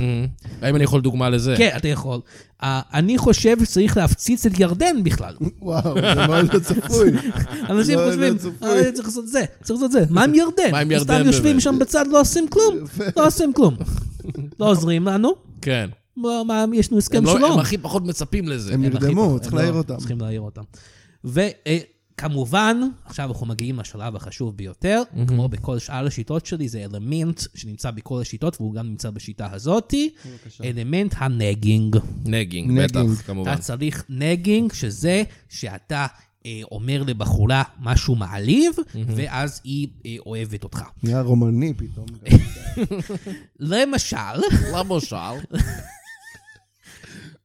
האם אני יכול דוגמה לזה? כן, אתה יכול. אה, אני חושב שצריך להפציץ את ירדן בכלל. וואו, זה מאוד לא צפוי. *laughs* אנשים לא, לא חושבים, צפוי. "אה, צריך לעשות זה, צריך לעשות זה. מה עם ירדן? מה עם ירדן סתם יושבים באמת? שם בצד, לא עושים כלום. לא עושים כלום. לא עוזרים לנו. כן. מה- מה, יש לנו הסכם הם לא- שלום. הם הכי פחות מצפים לזה. הם אין הכי נרדמו, פחות, צריך לא, להעיר אותם. צריכים להעיר אותם. וכמובן, עכשיו אנחנו מגיעים לשלב החשוב ביותר, כמו בכל שאר השיטות שלי, זה אלמנט שנמצא בכל השיטות, והוא גם נמצא בשיטה הזאתי, אלמנט הנגינג. נגינג, נגינג. בטח, כמובן. אתה צריך נגינג, שזה שאתה אה, אומר לבחורה משהו מעליב, ואז היא אה, אוהבת אותך. נהיה רומני *laughs* פתאום. למשל, למה שאל?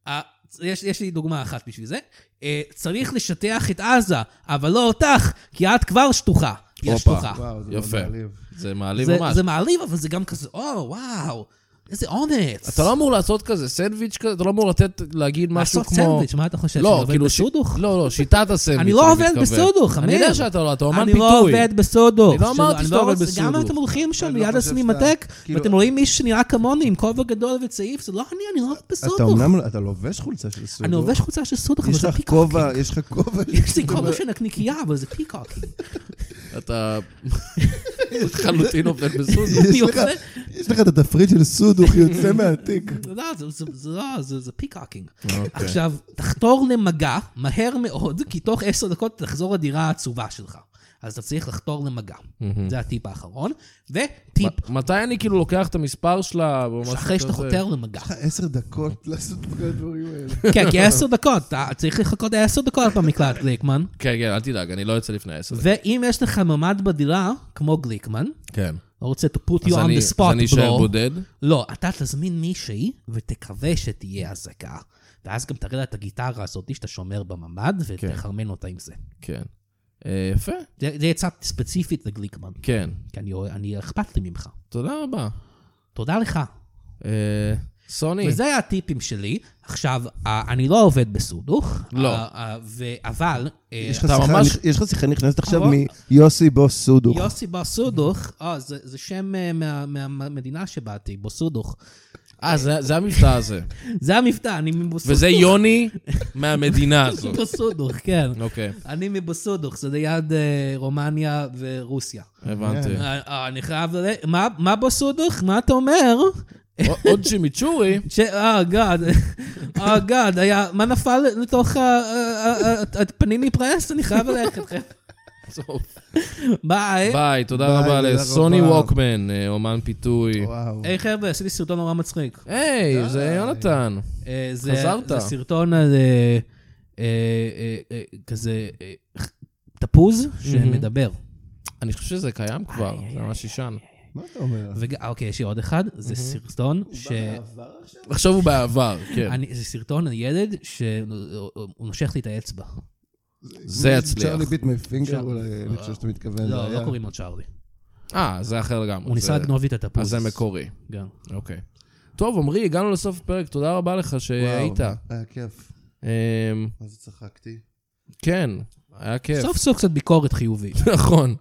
אה, יש, יש לי דוגמה אחת בשביל זה. אה, צריך לשטח את עזה, אבל לא אותך, כי את כבר שטוחה. הופה. היא שטוחה. וואו, זה *laughs* מאוד יפה. מעליב. זה מעליב זה, ממש. זה מעליב, אבל זה גם כזה, או, וואו, איזה אונס. אתה לא אמור לעשות כזה סנדוויץ' כזה, אתה לא אמור לתת, להגיד משהו לעשות כמו... סנדוויץ', מה אתה חושב? שאני לא, עובד כאילו... ש- בסודוך? לא, לא, שיטת הסנדוויץ'. אני לא עובד מתכוון. בסודוך, אמיר. אני יודע שאתה לא, אתה אומן אני פיתוי. לא עובד בסודו. אני לא אמרתי שאתה עובד גם אם בסודו. אתם הולכים שם אני לא ליד חושב הסמי שאתה- מתק, כאילו- ואתם רואים מישהו שנראה כמוני עם כובע גדול וצעיף, זה לא אני, אני לא עובד אתה בסודו. אומנם, אתה לובש חולצה של סודו. אני לובש חולצה של סודו, אבל יש זה לך פיקוק. כובע, יש לך כובע. *laughs* יש לי כובע של נקניקייה, אבל זה פיקוק. אתה *laughs* לחלוטין עובד בסודוך. יש אני לך- עובד- יש לך את התפריט של סודוך יוצא מהתיק. *laughs* לא, זה- זה- זה לא, זה זה פיקאקינג. אוקיי. עכשיו, תחתור למגע מהר מאוד, כי תוך עשר דקות תחזור לדירה העצובה שלך. אז אתה צריך לחתור למגע. זה הטיפ האחרון. וטיפ, מ- מתי אני כאילו לוקח את המספר שלה או משהו כזה? אחרי שאתה חותר למגע. לך עשר דקות לעשות את כל הדברים האלה. כן, כי עשר דקות, אתה צריך לחכות עשר דקות במקלט, גליקמן. כן, כן, אל תדאג, אני לא יוצא לפני עשר. ואם יש לך ממ"ד בדירה, כמו גליקמן, כן. לא רוצה to put you אז on אני- the spot, אז אני אשאר bro. בודד? לא, אתה תזמין מישהי ותקווה שתהיה אזעקה. ואז גם תראה לה את הגיטרה הזאת שאתה שומר בממ"ד, ותחרמן אותה עם זה. כן. אה, יפה, זה זה עצה ספציפית לגליקמן, כן. כי אני, אני אכפת לי ממך. תודה רבה. תודה לך. אה, סוני, וזה היה הטיפים שלי. עכשיו, אה, אני לא עובד בסודוך. לא. אה, אה, ו- אבל... אה, יש לך אתה שיחה- ממש- יש לך שיחה נכנסת עכשיו אבל- מיוסי בוס סודוך. יוסי בוסודוך, אה, זה זה שם אה, מה- מהמדינה שבאתי, בוסודוך. אה, זה- זה המבטא הזה. זה המבטא, אני מבוסודוך. וזה יוני מהמדינה הזו. בוסודוך, כן. אוקיי, אני מבוסודוך, זה ליד אה, רומניה ורוסיה. הבנתי. אה, אה, אני חייב לדעת, מה- מה בוסודוך? מה אתה אומר? ע- אה, עוד שימיצ'ורי, ש... אה, גאד, *laughs* אה, גאד, היה, מה נפל לתוך אה, ה- ה- ה- ה- פניני פרס? אני חייב ללכת. חבר'ה. סוף. ביי. ביי, תודה ביי, רבה תודה לסוני רבה. ווקמן, אה, אומן פיתוי. וואו. היי חבר'ה, עשיתי סרטון נורא מצחיק. היי, זה יונתן. אה, זה- חזרת. זה סרטון על אה, אה, אה, אה, כזה אה, תפוז שמדבר. אני חושב שזה קיים כבר, זה ממש ישן. מה אתה אומר? וג- אה, אוקיי, יש לי עוד אחד, זה סרטון ש... עכשיו הוא בעבר, כן. אני- זה סרטון על ילד שהוא נושך לי את האצבע. זה יצליח. אה, צ'רלי ביט מי פינגר צ'ארלי. אולי, אני חושב שאתה מתכוון. לא, זה לא היה. קוראים לו צ'ארלי. אה, זה אחר לגמרי. הוא ניסה זה- לגנוב לי את התפוז. אז זה מקורי, כן. אוקיי. טוב, עמרי, הגענו לסוף הפרק, תודה רבה לך שהיית. וואו, היה כיף. אמ, מה זה צחקתי? כן, היה כיף. סוף סוף קצת ביקורת חיובית. נכון.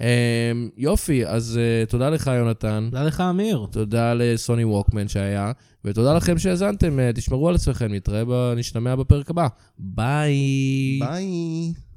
אמ, יופי, אז אה, תודה לך, יונתן. תודה לך, אמיר. תודה לסוני ווקמן שהיה, ותודה לכם שהאזנתם, אה, תשמרו על עצמכם, נתראה, ב- נשתמע בפרק הבא. ביי. ביי.